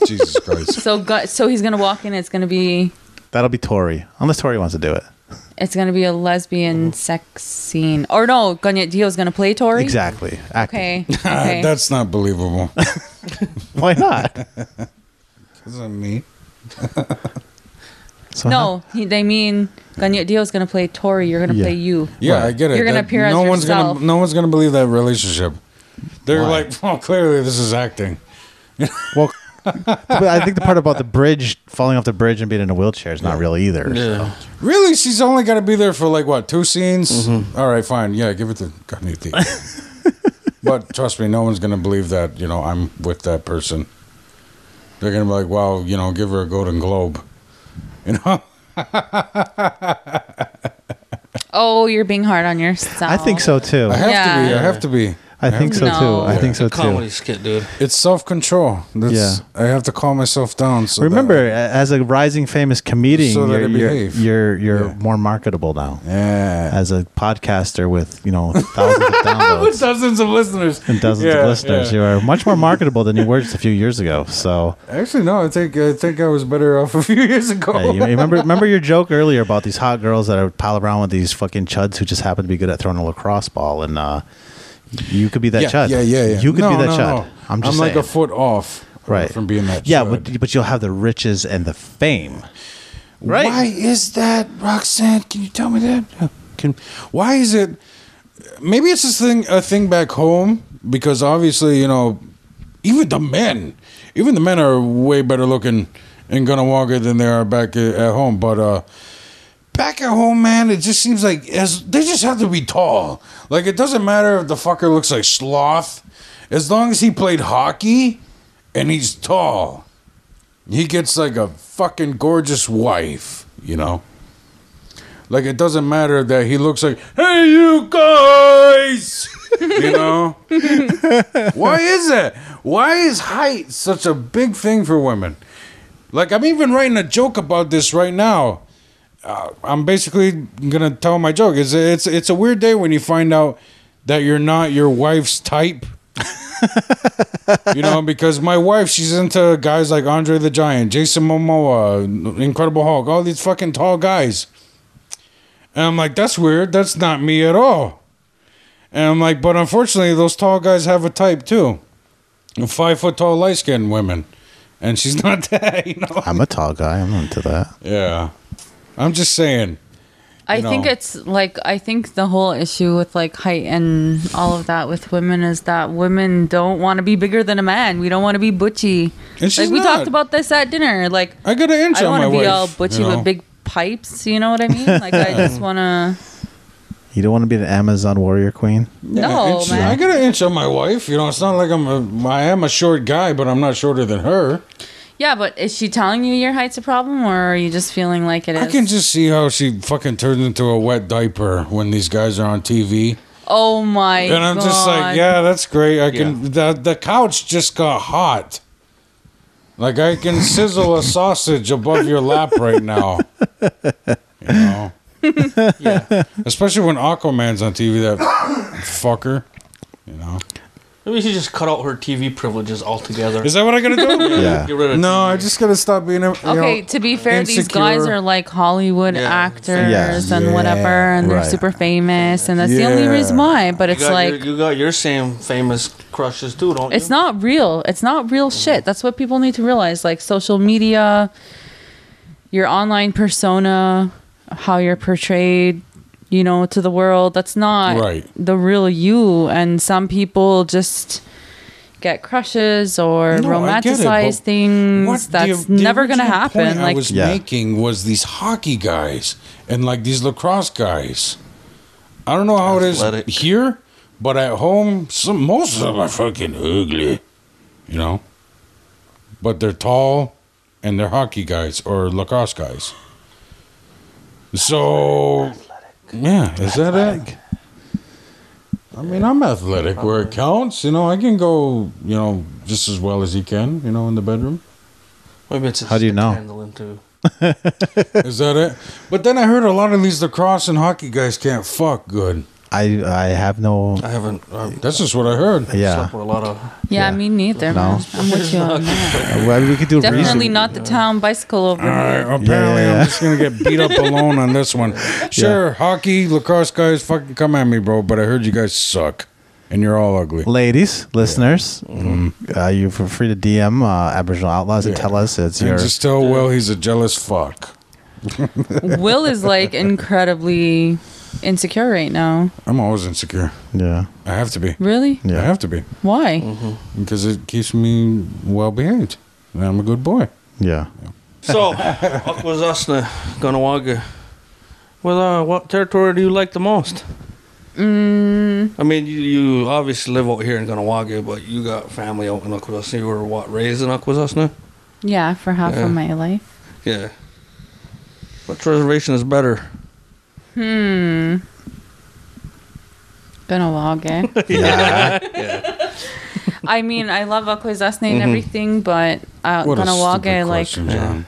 S2: Jesus Christ.
S3: So, gu- so he's gonna walk in. It's gonna be,
S1: That'll be Tori, unless Tori wants to do it.
S3: it's gonna be a
S1: Mm-hmm.
S3: lesbian sex scene. Or no, Ganya Dio's gonna play Tori.
S1: Exactly. Acting.
S3: Okay. okay.
S2: That's not believable.
S1: Why not?
S2: Isn't me.
S1: So
S3: No, he, they mean Ganya Dio's gonna play Tori. You're gonna
S1: Yeah.
S3: play you.
S2: Yeah,
S1: Right.
S2: I get it.
S3: You're gonna
S2: That-
S3: appear as
S2: no one's
S3: yourself.
S2: gonna no one's gonna believe that relationship. They're
S1: Why?
S2: like, well, clearly this is acting.
S1: Well, but I think the part about the bridge falling off the bridge and being in a wheelchair is not real either.
S4: yeah.
S2: Really, she's only gonna be there for like what two scenes? All right, fine. Yeah, give it to Garniti. but trust me, no one's gonna believe that. You know, I'm with that person. They're gonna be like, wow, you know, give her a Golden Globe. You know,
S3: Oh, you're being hard on yourself.
S1: I think so too.
S2: I have to be.
S3: Yeah.
S2: I have to be.
S1: I think so
S3: No.
S1: too. I think so
S4: a comedy
S1: too.
S4: skit, dude.
S2: It's self control.
S1: Yeah.
S2: I have to calm myself down. So that-
S1: Remember, a- as a rising famous comedian,
S2: So that
S1: you're,
S2: I
S1: you're
S2: behave.
S1: you're you're
S2: Yeah.
S1: more marketable now.
S2: yeah.
S1: As a podcaster with you know thousands of downloads
S2: dozens of listeners.
S1: and dozens
S2: Yeah,
S1: of listeners,
S2: yeah.
S1: you are much more marketable than you were just a few years ago. So
S2: Actually, no. I think I think I was better off a few years ago.
S1: Hey, Uh, you remember remember your joke earlier about these hot girls that are pile around with these fucking chuds who just happen to be good at throwing a lacrosse ball, and uh, you could be that
S2: yeah,
S1: chud.
S2: yeah, yeah, yeah.
S1: You could
S2: No,
S1: be that
S2: no,
S1: chud.
S2: no.
S1: I'm just
S2: like a
S1: saying.
S2: foot off
S1: right
S2: from being that.
S1: Yeah,
S2: chud.
S1: but but you'll have the riches and the fame. Right.
S2: Why is that, Roxanne? Can you tell me that? Can why is it? Maybe it's this thing a thing back home because obviously you know, even the men, even the men are way better looking in Gunawaga than they are back a- at home. But uh, back at home, man, it just seems like as they just have to be tall. Like it doesn't matter if the fucker looks like sloth, as long as he played hockey and he's tall he gets like a fucking gorgeous wife, you know? Like it doesn't matter that he looks like, hey you guys, you know? Why is that? Why is height such a big thing for women? Like I'm even writing a joke about this right now. Uh, I'm basically gonna tell my joke. It's it's it's a weird day when you find out that you're not your wife's type you know, because my wife, she's into guys like Andre the Giant, Jason Momoa, Incredible Hulk, all these fucking tall guys. And I'm like, that's weird. That's not me at all. And I'm like, but unfortunately, those tall guys have a type too. Five foot tall, light skinned women. And she's not that, you know?
S1: I'm a tall guy. I'm into that.
S2: Yeah. I'm just saying.
S3: I
S2: you
S3: think
S2: know.
S3: it's like I think the whole issue with like height and all of that with women is that women don't want to be bigger than a man. We don't want to be butchy.
S2: And she's
S3: like we
S2: not.
S3: talked about this at dinner. Like
S2: I got an inch
S3: I don't
S2: on
S3: want
S2: my
S3: to be
S2: wife.
S3: all butchy
S2: you know?
S3: with big pipes. You know what I mean? Like I just want to.
S1: You don't want to be an Amazon warrior queen.
S2: Yeah,
S3: No,
S2: inch- I
S3: man.
S2: got an inch on my wife. You know, it's not like I'm a, I am a short guy, but I'm not shorter than her.
S3: Yeah, but is she telling you your height's a problem, or are you just feeling like it is?
S2: I can just see how she fucking turns into a wet diaper when these guys are on TV.
S3: oh my!
S2: And I'm just
S3: God.
S2: like, yeah, that's great. I can the the couch just got hot. Like I can sizzle a sausage above your lap right now. You know.
S4: Yeah.
S2: Especially when Aquaman's on TV that fucker. You know.
S4: Maybe she just cut out her TV privileges altogether.
S2: Is that what I gotta do?
S1: Yeah.
S4: Get rid of
S2: No,
S4: TV.
S2: I just gotta stop being a you
S3: Okay,
S2: know,
S3: to be fair, these
S2: insecure.
S3: guys are like Hollywood
S4: Yeah.
S3: actors
S1: Yes.
S3: and
S2: Yeah,
S3: whatever, and they're
S1: right.
S3: super famous, and that's the only
S2: Yeah.
S3: reason why. But
S4: You
S3: it's
S4: got
S3: like,
S4: your, you got your same famous crushes too, don't you?
S3: it's not real. It's not
S2: Oh.
S3: real shit. That's what people need to realize. Like social media, your online persona, how you're portrayed, you know, to the world. That's not
S2: Right.
S3: the real you. And some people just get crushes or
S2: No, I get it, but
S3: romanticize
S2: What
S3: things.
S2: the-
S3: That's
S2: the
S3: never gonna
S2: original point
S3: happen.
S2: I
S3: Like
S2: was
S1: Yeah.
S2: making was these hockey guys and like these lacrosse guys. I don't know how
S4: Athletic.
S2: it is here, but at home, some most of them are fucking ugly, you know. But they're tall, and they're hockey guys or lacrosse guys. So, yeah, is that it? I mean, I'm athletic where it counts. You know, I can go, you know, just as well as you can, you know, in the bedroom.
S4: Maybe it's
S1: How do you know?
S4: Handling too.
S2: Is that it? But then I heard a lot of these lacrosse and hockey guys can't fuck good.
S1: I I have no.
S4: I haven't. I've
S2: That's just what I heard.
S1: Yeah.
S4: slept with a lot of.
S3: Yeah,
S1: Yeah.
S3: me neither.
S1: No.
S3: man. I'm with you on that.
S1: Uh, Well, we could do
S3: Definitely
S1: research.
S3: not the town bicycle over
S2: All right,
S3: here.
S2: apparently
S1: yeah, yeah.
S2: I'm just gonna get beat up alone on this one. Sure, hockey, lacrosse guys, fucking come at me, bro. But I heard you guys suck, and you're all ugly.
S1: Ladies, listeners, uh, you for free to DM uh, Aboriginal Outlaws and
S2: Mm-hmm. Yeah.
S1: tell us it's your
S2: And just tell Will he's a jealous fuck.
S3: Will is like incredibly insecure right now.
S2: I'm always insecure.
S1: yeah
S2: I have to be.
S3: Really?
S2: I
S1: yeah
S2: have to be
S3: Why?
S2: because it keeps me well behaved. And I'm a good boy.
S1: yeah.
S4: So, what was us in Gunawaga? Well, uh, what territory do you like the most? Mm. I mean, you, you obviously live out here in Gunawaga, but you got family out in Akwesasne. You were what raised in Akwesasne?
S3: Yeah, for half
S4: Yeah.
S3: of my life.
S4: Yeah. Which reservation is better?
S3: Hmm. Been a while, gay. I mean, I love Akwesasne and everything, but uh,
S2: What a stupid
S3: Ganawage, like,
S2: question, John.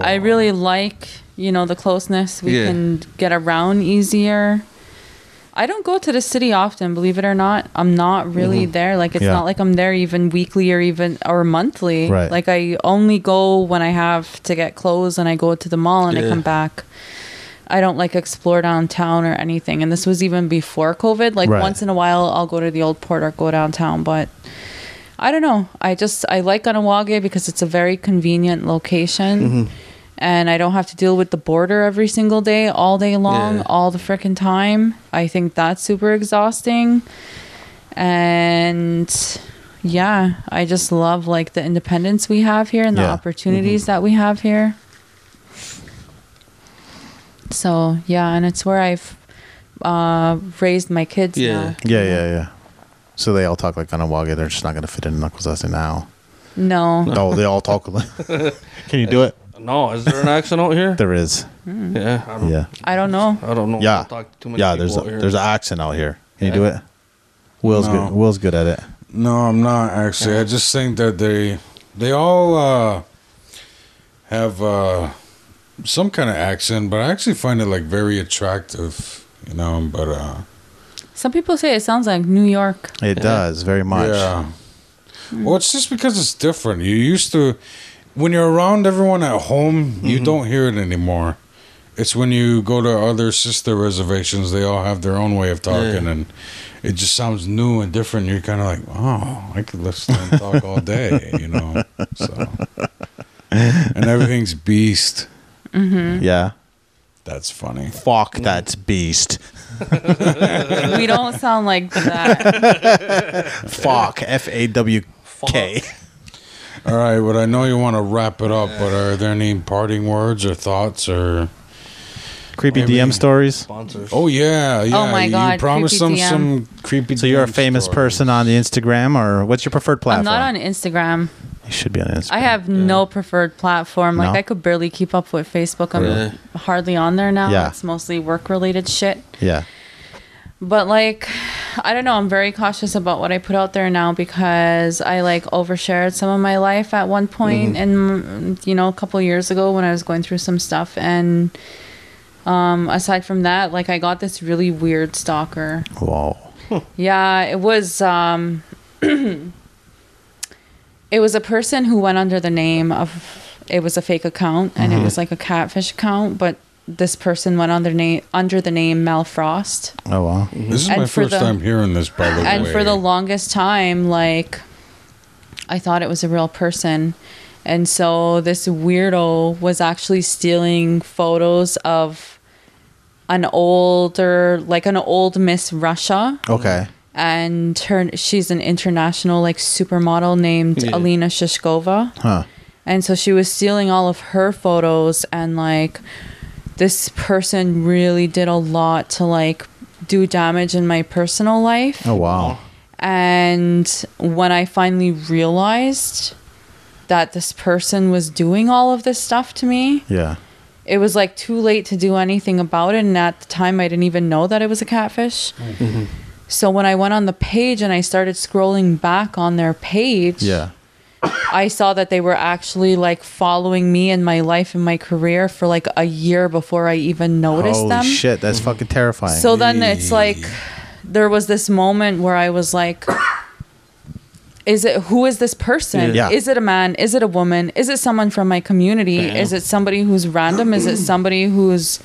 S3: I really like, you know, the closeness. We
S4: Yeah.
S3: can get around easier. I don't go to the city often, believe it or not. I'm not really there. Like, it's
S1: Mm-hmm. Yeah.
S3: not like I'm there even weekly or even or monthly.
S1: Right.
S3: Like, I only go when I have to get clothes and I go to the mall and I
S4: Yeah.
S3: come back. I don't like explore downtown or anything. And this was even before COVID. Like
S1: Right.
S3: once in a while, I'll go to the old port or go downtown. But I don't know. I just I like Anawage because it's a very convenient
S1: Mm-hmm.
S3: location, and I don't have to deal with the border every single day, all day long,
S4: Yeah.
S3: all the freaking time. I think that's super exhausting, and yeah, I just love like the independence we have here and the
S1: Yeah.
S3: opportunities
S4: Mm-hmm.
S3: that we have here. So yeah, and it's where I've uh, raised my kids
S4: Yeah.
S3: now.
S1: Yeah, yeah, yeah. So they all talk like Anawaga. They're just not going to fit in Nakwasase now.
S3: No,
S1: No, they all talk like. Can you do it?
S4: No, is there an accent out here?
S1: There is.
S4: yeah, I don't,
S1: Yeah.
S3: I don't know.
S4: I don't know.
S1: Yeah.
S4: I talk to too many
S1: Yeah, there's a,
S4: people out here.
S1: there's an accent out here. Can you do it? Will's
S2: No.
S1: good. Will's good at it.
S2: No, I'm not actually. I just think that they they all uh, have uh, some kind of accent, but I actually find it like very attractive, you know. But uh,
S3: Some people say it sounds like New York.
S1: It does very much.
S2: yeah, well, it's just because it's different. You used to when you're around everyone at home, you don't hear it anymore. It's when you go to other sister reservations; they all have their own way of talking, and it just sounds new and different. You're kind of like, oh, I could listen and talk all day, you know. So, and everything's beast.
S1: Yeah.
S2: That's funny.
S1: Mm-hmm.
S4: Mm-hmm.
S1: Fuck that's beast.
S3: we don't sound like that.
S1: Fuck F A W K.
S2: All right, but I know you want to wrap it up, but are there any parting words or thoughts or?
S1: Creepy
S4: Maybe.
S1: DM stories.
S4: sponsors.
S2: Oh yeah, yeah.
S3: my
S2: You
S3: God,
S2: promised them
S3: creepy
S2: some creepy.
S1: So you're a
S2: DM
S1: famous
S2: stories.
S1: person on the Instagram, or what's your preferred platform?
S3: I'm not on Instagram.
S1: You should be on Instagram.
S3: I have no preferred platform. Like
S1: No?
S3: I could barely keep up with Facebook. I'm
S4: Really?
S3: hardly on there now.
S1: Yeah.
S3: It's mostly work related shit.
S1: Yeah.
S3: But like I don't know, I'm very cautious about what I put out there now because I like overshared some of my life at one point
S1: Mm-hmm.
S3: and you know, a couple years ago when I was going through some stuff and um aside from that, like I got this really weird stalker.
S1: Whoa.
S3: Yeah, it was um it was a person who went under the name of it was a fake account and it was like a catfish account, but this person went under name under the name Mel Frost.
S1: Oh wow.
S4: Mm.
S2: This is
S3: And
S2: my
S3: for
S2: first
S3: the-
S2: time hearing this, by the way. Uh,
S3: And for the longest time, like, I thought it was a real person. And so this weirdo was actually stealing photos of an older, like an old Miss Russia.
S1: Okay.
S3: And her, she's an international, like, supermodel named
S4: Yeah.
S3: Alina Shishkova.
S1: Huh.
S3: And so she was stealing all of her photos and like this person really did a lot to like do damage in my personal life.
S1: Oh wow.
S3: And when I finally realized that this person was doing all of this stuff to me,
S1: Yeah.
S3: it was like too late to do anything about it. And at the time, I didn't even know that it was a catfish.
S1: Mm-hmm.
S3: So when I went on the page and I started scrolling back on their page,
S1: Yeah.
S3: I saw that they were actually like following me in my life and my career for like a year before I even noticed
S1: Holy
S3: them.
S1: shit, that's fucking terrifying.
S3: So then it's like there was this moment where I was like is it who is this person?
S1: Yeah.
S3: Is it a man? Is it a woman? Is it someone from my community? Is it somebody who's random? is it somebody who's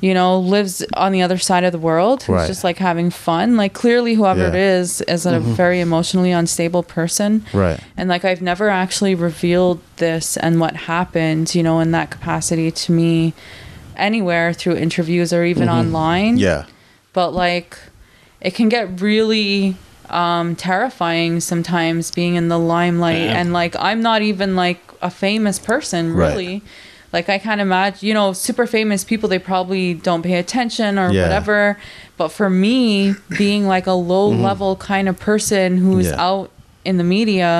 S3: you know lives on the other side of the world who's
S1: Right.
S3: just like having fun? Like clearly whoever it
S1: Yeah. Mm-hmm.
S3: is is a very emotionally unstable person.
S1: Right.
S3: And like I've never actually revealed this and what happened, you know, in that capacity to me anywhere through interviews or even online.
S1: Mm-hmm. Yeah.
S3: But like it can get really um terrifying sometimes being in the limelight and like I'm not even like a famous person
S1: Right.
S3: really. Like I can't imagine, you know, super famous people they probably don't pay attention or
S1: Yeah.
S3: whatever. But for me, being like a low level kind of person who's
S1: Yeah.
S3: out in the media,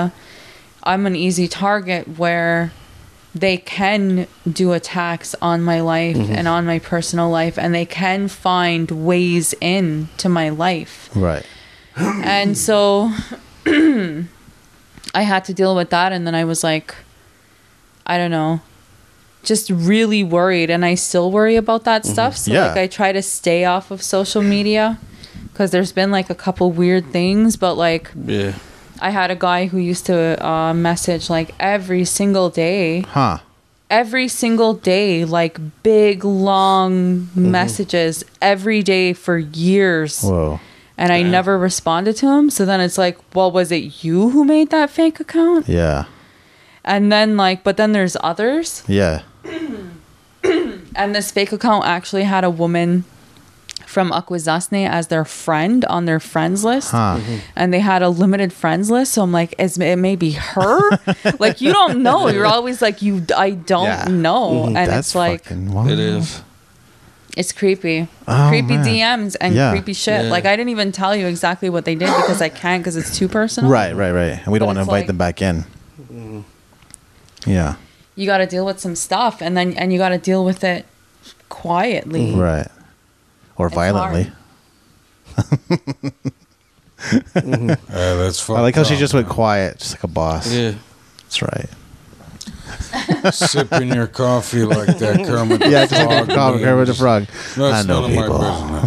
S3: I'm an easy target where they can do attacks on my life and on my personal life and they can find ways in to my life
S1: Right.
S3: and so I had to deal with that. And then I was like, I don't know, just really worried. And I still worry about that stuff. So,
S1: Mm-hmm. Yeah.
S3: like, I try to stay off of social media because there's been like a couple weird things, but like,
S4: Yeah.
S3: I had a guy who used to uh, message like every single day
S1: Huh.
S3: every single day, like big long messages every day for years.
S1: Mm-hmm. Whoa.
S3: And I never responded to him. So then it's like, well, was it you who made that fake account?
S1: Yeah.
S3: And then, like, but then there's others.
S1: Yeah.
S3: And this fake account actually had a woman from Akwesasne as their friend on their friends list. Mm-hmm.
S1: Huh.
S3: and they had a limited friends list. So I'm like, is, it may be her. like you don't know. You're always like, you. I don't
S1: Yeah. Mm-hmm.
S3: know. And
S1: That's
S3: it's like
S1: fucking wild.
S4: It is.
S3: it's creepy,
S1: Oh,
S3: creepy
S1: man.
S3: DMs and
S1: Yeah.
S3: creepy shit.
S4: Yeah.
S3: Like I didn't even tell you exactly what they did because I can't because it's too personal.
S1: Right, right, right. And we don't
S3: But
S1: want to
S3: it's
S1: invite
S3: like-
S1: them back in.
S4: Mm-hmm.
S1: Yeah.
S3: You got to deal with some stuff, and then and you got to deal with it quietly.
S1: Right. Or violently.
S3: hard.
S2: Uh, that's fucked
S1: I like how she
S2: up.
S1: just went quiet, just like a boss.
S4: Oh. Yeah.
S1: That's right.
S2: sipping your coffee like that, Kermit. the
S1: Yeah, just like
S2: Frog,
S1: a comic
S2: man.
S1: with the frog. I
S2: That's
S1: know
S2: none of
S1: people.
S2: my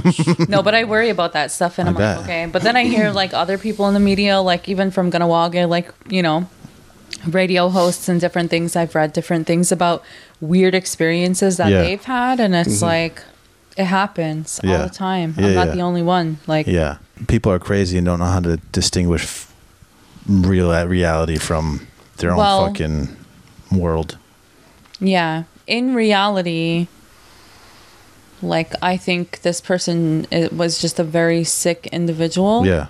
S2: business.
S3: No, but I worry about that stuff, and
S1: I
S3: I'm
S1: bet.
S3: like, okay. But then I hear like other people in the media, like even from Gunawaga, like you know, radio hosts and different things. I've read different things about weird experiences that
S1: Yeah. Mm-hmm.
S3: they've had, and it's like it happens
S1: Yeah.
S3: all the time.
S1: Yeah,
S3: I'm not
S1: yeah.
S3: the only one. Like,
S1: Yeah. People are crazy and don't know how to distinguish f- real uh, reality from their own
S3: Well-
S1: fucking world.
S3: yeah. In reality, like I think this person it was just a very sick individual.
S1: Yeah.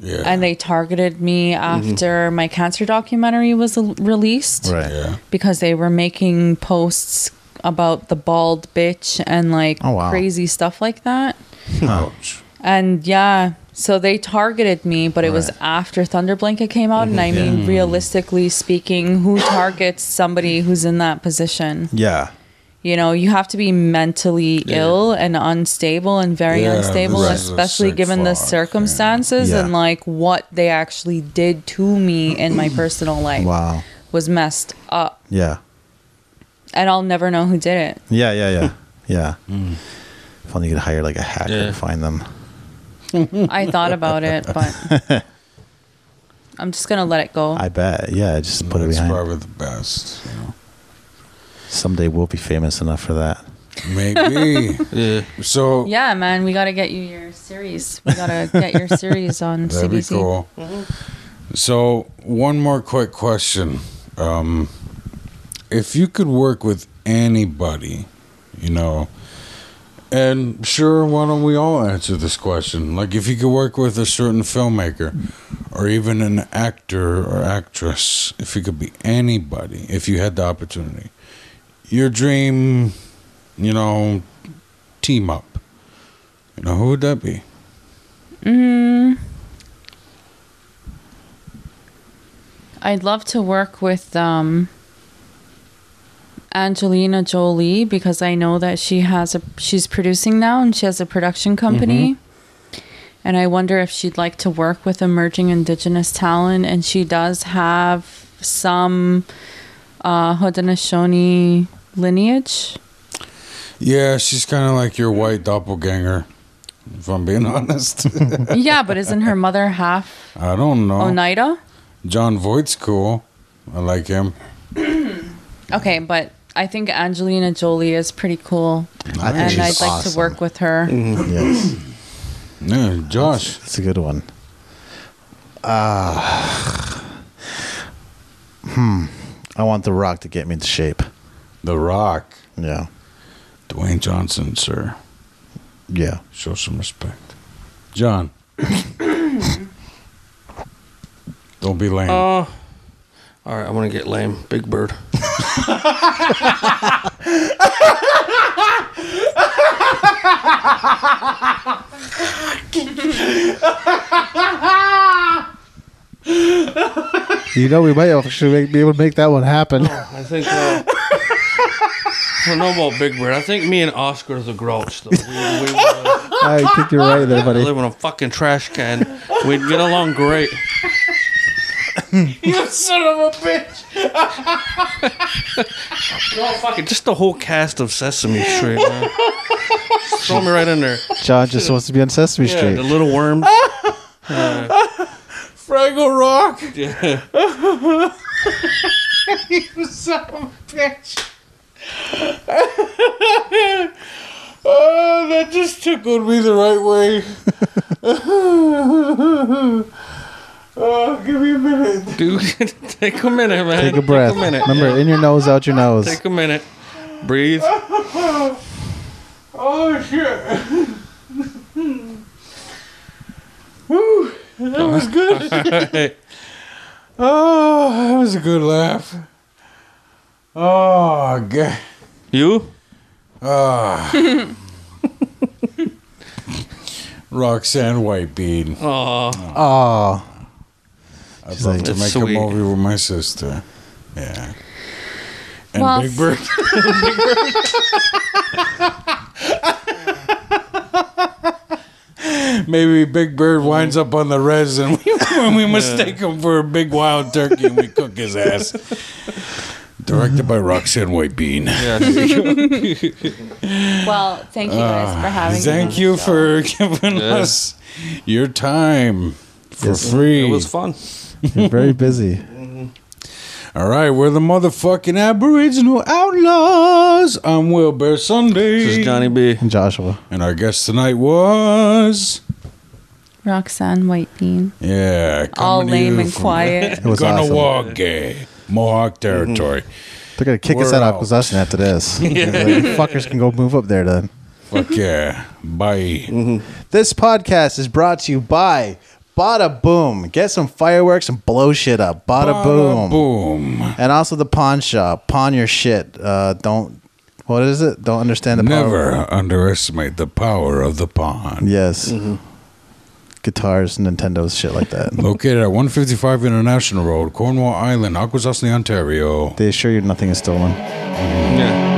S2: Yeah.
S3: And they targeted me after my cancer documentary was l- released.
S1: Mm-hmm. Right.
S2: yeah.
S3: because they were making posts about the bald bitch and like
S1: Oh, wow.
S3: crazy stuff like that.
S2: Ouch.
S3: And yeah, so they targeted me, but it was after Thunder Blanket came out. And I
S1: Mhm.
S3: mean, realistically speaking, who targets somebody who's in that position?
S1: Yeah.
S3: You know, you have to be mentally ill and unstable and very
S2: Yeah,
S3: unstable,
S2: this is a
S3: especially
S2: sick
S3: given the
S2: fuck, yeah.
S3: circumstances
S1: Yeah.
S3: and like what they actually did to me in my personal life
S1: Wow.
S3: was messed up.
S1: Yeah.
S3: And I'll never know who did it.
S1: Yeah, yeah, yeah. yeah. If only you could hire like a hacker
S4: Yeah.
S1: to find them.
S3: I thought about it, but I'm just gonna let it go.
S1: I bet. Yeah, just put it
S2: That's
S1: behind.
S2: probably the best.
S1: Someday we'll be famous enough for that.
S2: Maybe.
S4: Yeah.
S2: So
S3: yeah, man, we gotta get you your series. We gotta get your series on
S2: that'd be
S3: CBC.
S2: cool. So one more quick question: um, If you could work with anybody, you know, and sure, why don't we all answer this question? Like, if you could work with a certain filmmaker, or even an actor or actress, if you could be anybody, if you had the opportunity, your dream, you know, team up. You know, who would that be?
S3: Mm-hmm. I'd love to work with um, Angelina Jolie because I know that she has a she's producing now and she has a production company. And I wonder if she'd like to work with emerging indigenous talent. And she does have some uh, Haudenosaunee lineage.
S2: Yeah, she's kind of like your white doppelganger, if I'm being honest.
S3: yeah, but isn't her mother half
S2: I don't
S3: Oh,
S2: know.
S3: Oneida?
S2: John Voight's cool. I like him.
S3: Okay, but I think Angelina Jolie is pretty cool.
S1: I think
S3: And
S1: she's
S3: I'd like
S1: awesome.
S3: to work with her.
S1: Mm-hmm. Yes,
S2: Yeah, Josh.
S1: that's a good one. Ah, hmm. I want The Rock to get me into shape.
S2: The Rock.
S1: Yeah,
S2: Dwayne Johnson, sir.
S1: yeah.
S2: Show some respect. John. don't be lame.
S4: Uh, all right, I'm gonna get lame. Big Bird.
S1: You know, we might actually make, be able to make that one happen.
S4: I think. Uh, don't know about Big Bird. I think me and Oscar the Grouch, though. We, we would
S1: I think you're right there, buddy.
S4: live in a fucking trash can. We'd get along great.
S2: You son of a bitch.
S4: No, fucking just the whole cast of Sesame Street, man. Just Throw me right in there.
S1: John just wants to be on Sesame
S4: Yeah,
S1: Street.
S4: the little worms.
S2: Uh, Fraggle Rock.
S4: Yeah.
S2: You son of a bitch. oh, that just tickled me the right way. oh, give me a minute.
S4: Dude, take a minute, man.
S1: Take a breath.
S4: Take a minute.
S1: Remember, in your nose, out your nose.
S4: Take a minute. Breathe.
S2: Oh, shit. Woo, that was good.
S4: Hey,
S2: Oh, that was a good laugh. Oh, God.
S4: you?
S2: Roxanne Whitebean.
S4: Oh,
S1: Oh,
S2: I'd
S1: She's
S2: love
S1: like-
S2: to make
S4: That's
S2: a
S4: sweet.
S2: movie with my sister. Yeah. And
S3: Well,
S2: Big Bird. Maybe Big Bird winds up on the res and we, when we mistake him for a big wild turkey and we cook his ass. Directed by Roxanne Whitebean.
S4: yes.
S3: Well, thank you guys for having me.
S2: Ah, Thank you for giving
S4: Yeah.
S2: us your time for
S1: Yes.
S2: free.
S4: It was fun.
S1: you're very busy.
S2: All right, we're the motherfucking Aboriginal Outlaws. I'm Will Bear Sunday.
S4: This is Johnny B.
S1: Joshua.
S2: And our guest tonight was.
S3: Roxanne Whitebean.
S2: Yeah.
S3: All
S2: coming to you
S3: lame and
S2: from
S3: quiet.
S1: It was awesome.
S2: Gunawaga, eh, Mohawk territory.
S4: Mm-hmm.
S1: They're gonna kick us
S2: We're
S1: out
S2: out.
S1: of Aquasashin after this. Like, fuckers can go move up there then.
S2: Fuck yeah.
S4: Mm-hmm.
S2: Bye.
S1: This podcast is brought to you by Bada Boom. Get some fireworks and blow shit up. Bada,
S2: Bada
S1: boom.
S2: Boom.
S1: And also the pawn shop. Pawn your shit. Uh, don't. What is it? Don't understand the power.
S2: Never underestimate the power of the pond.
S1: Yes. Guitars, Nintendos, shit like that.
S2: Located at 155 International Road, Cornwall Island, Aquasasne, Ontario.
S1: they assure you nothing is stolen.
S4: Yeah.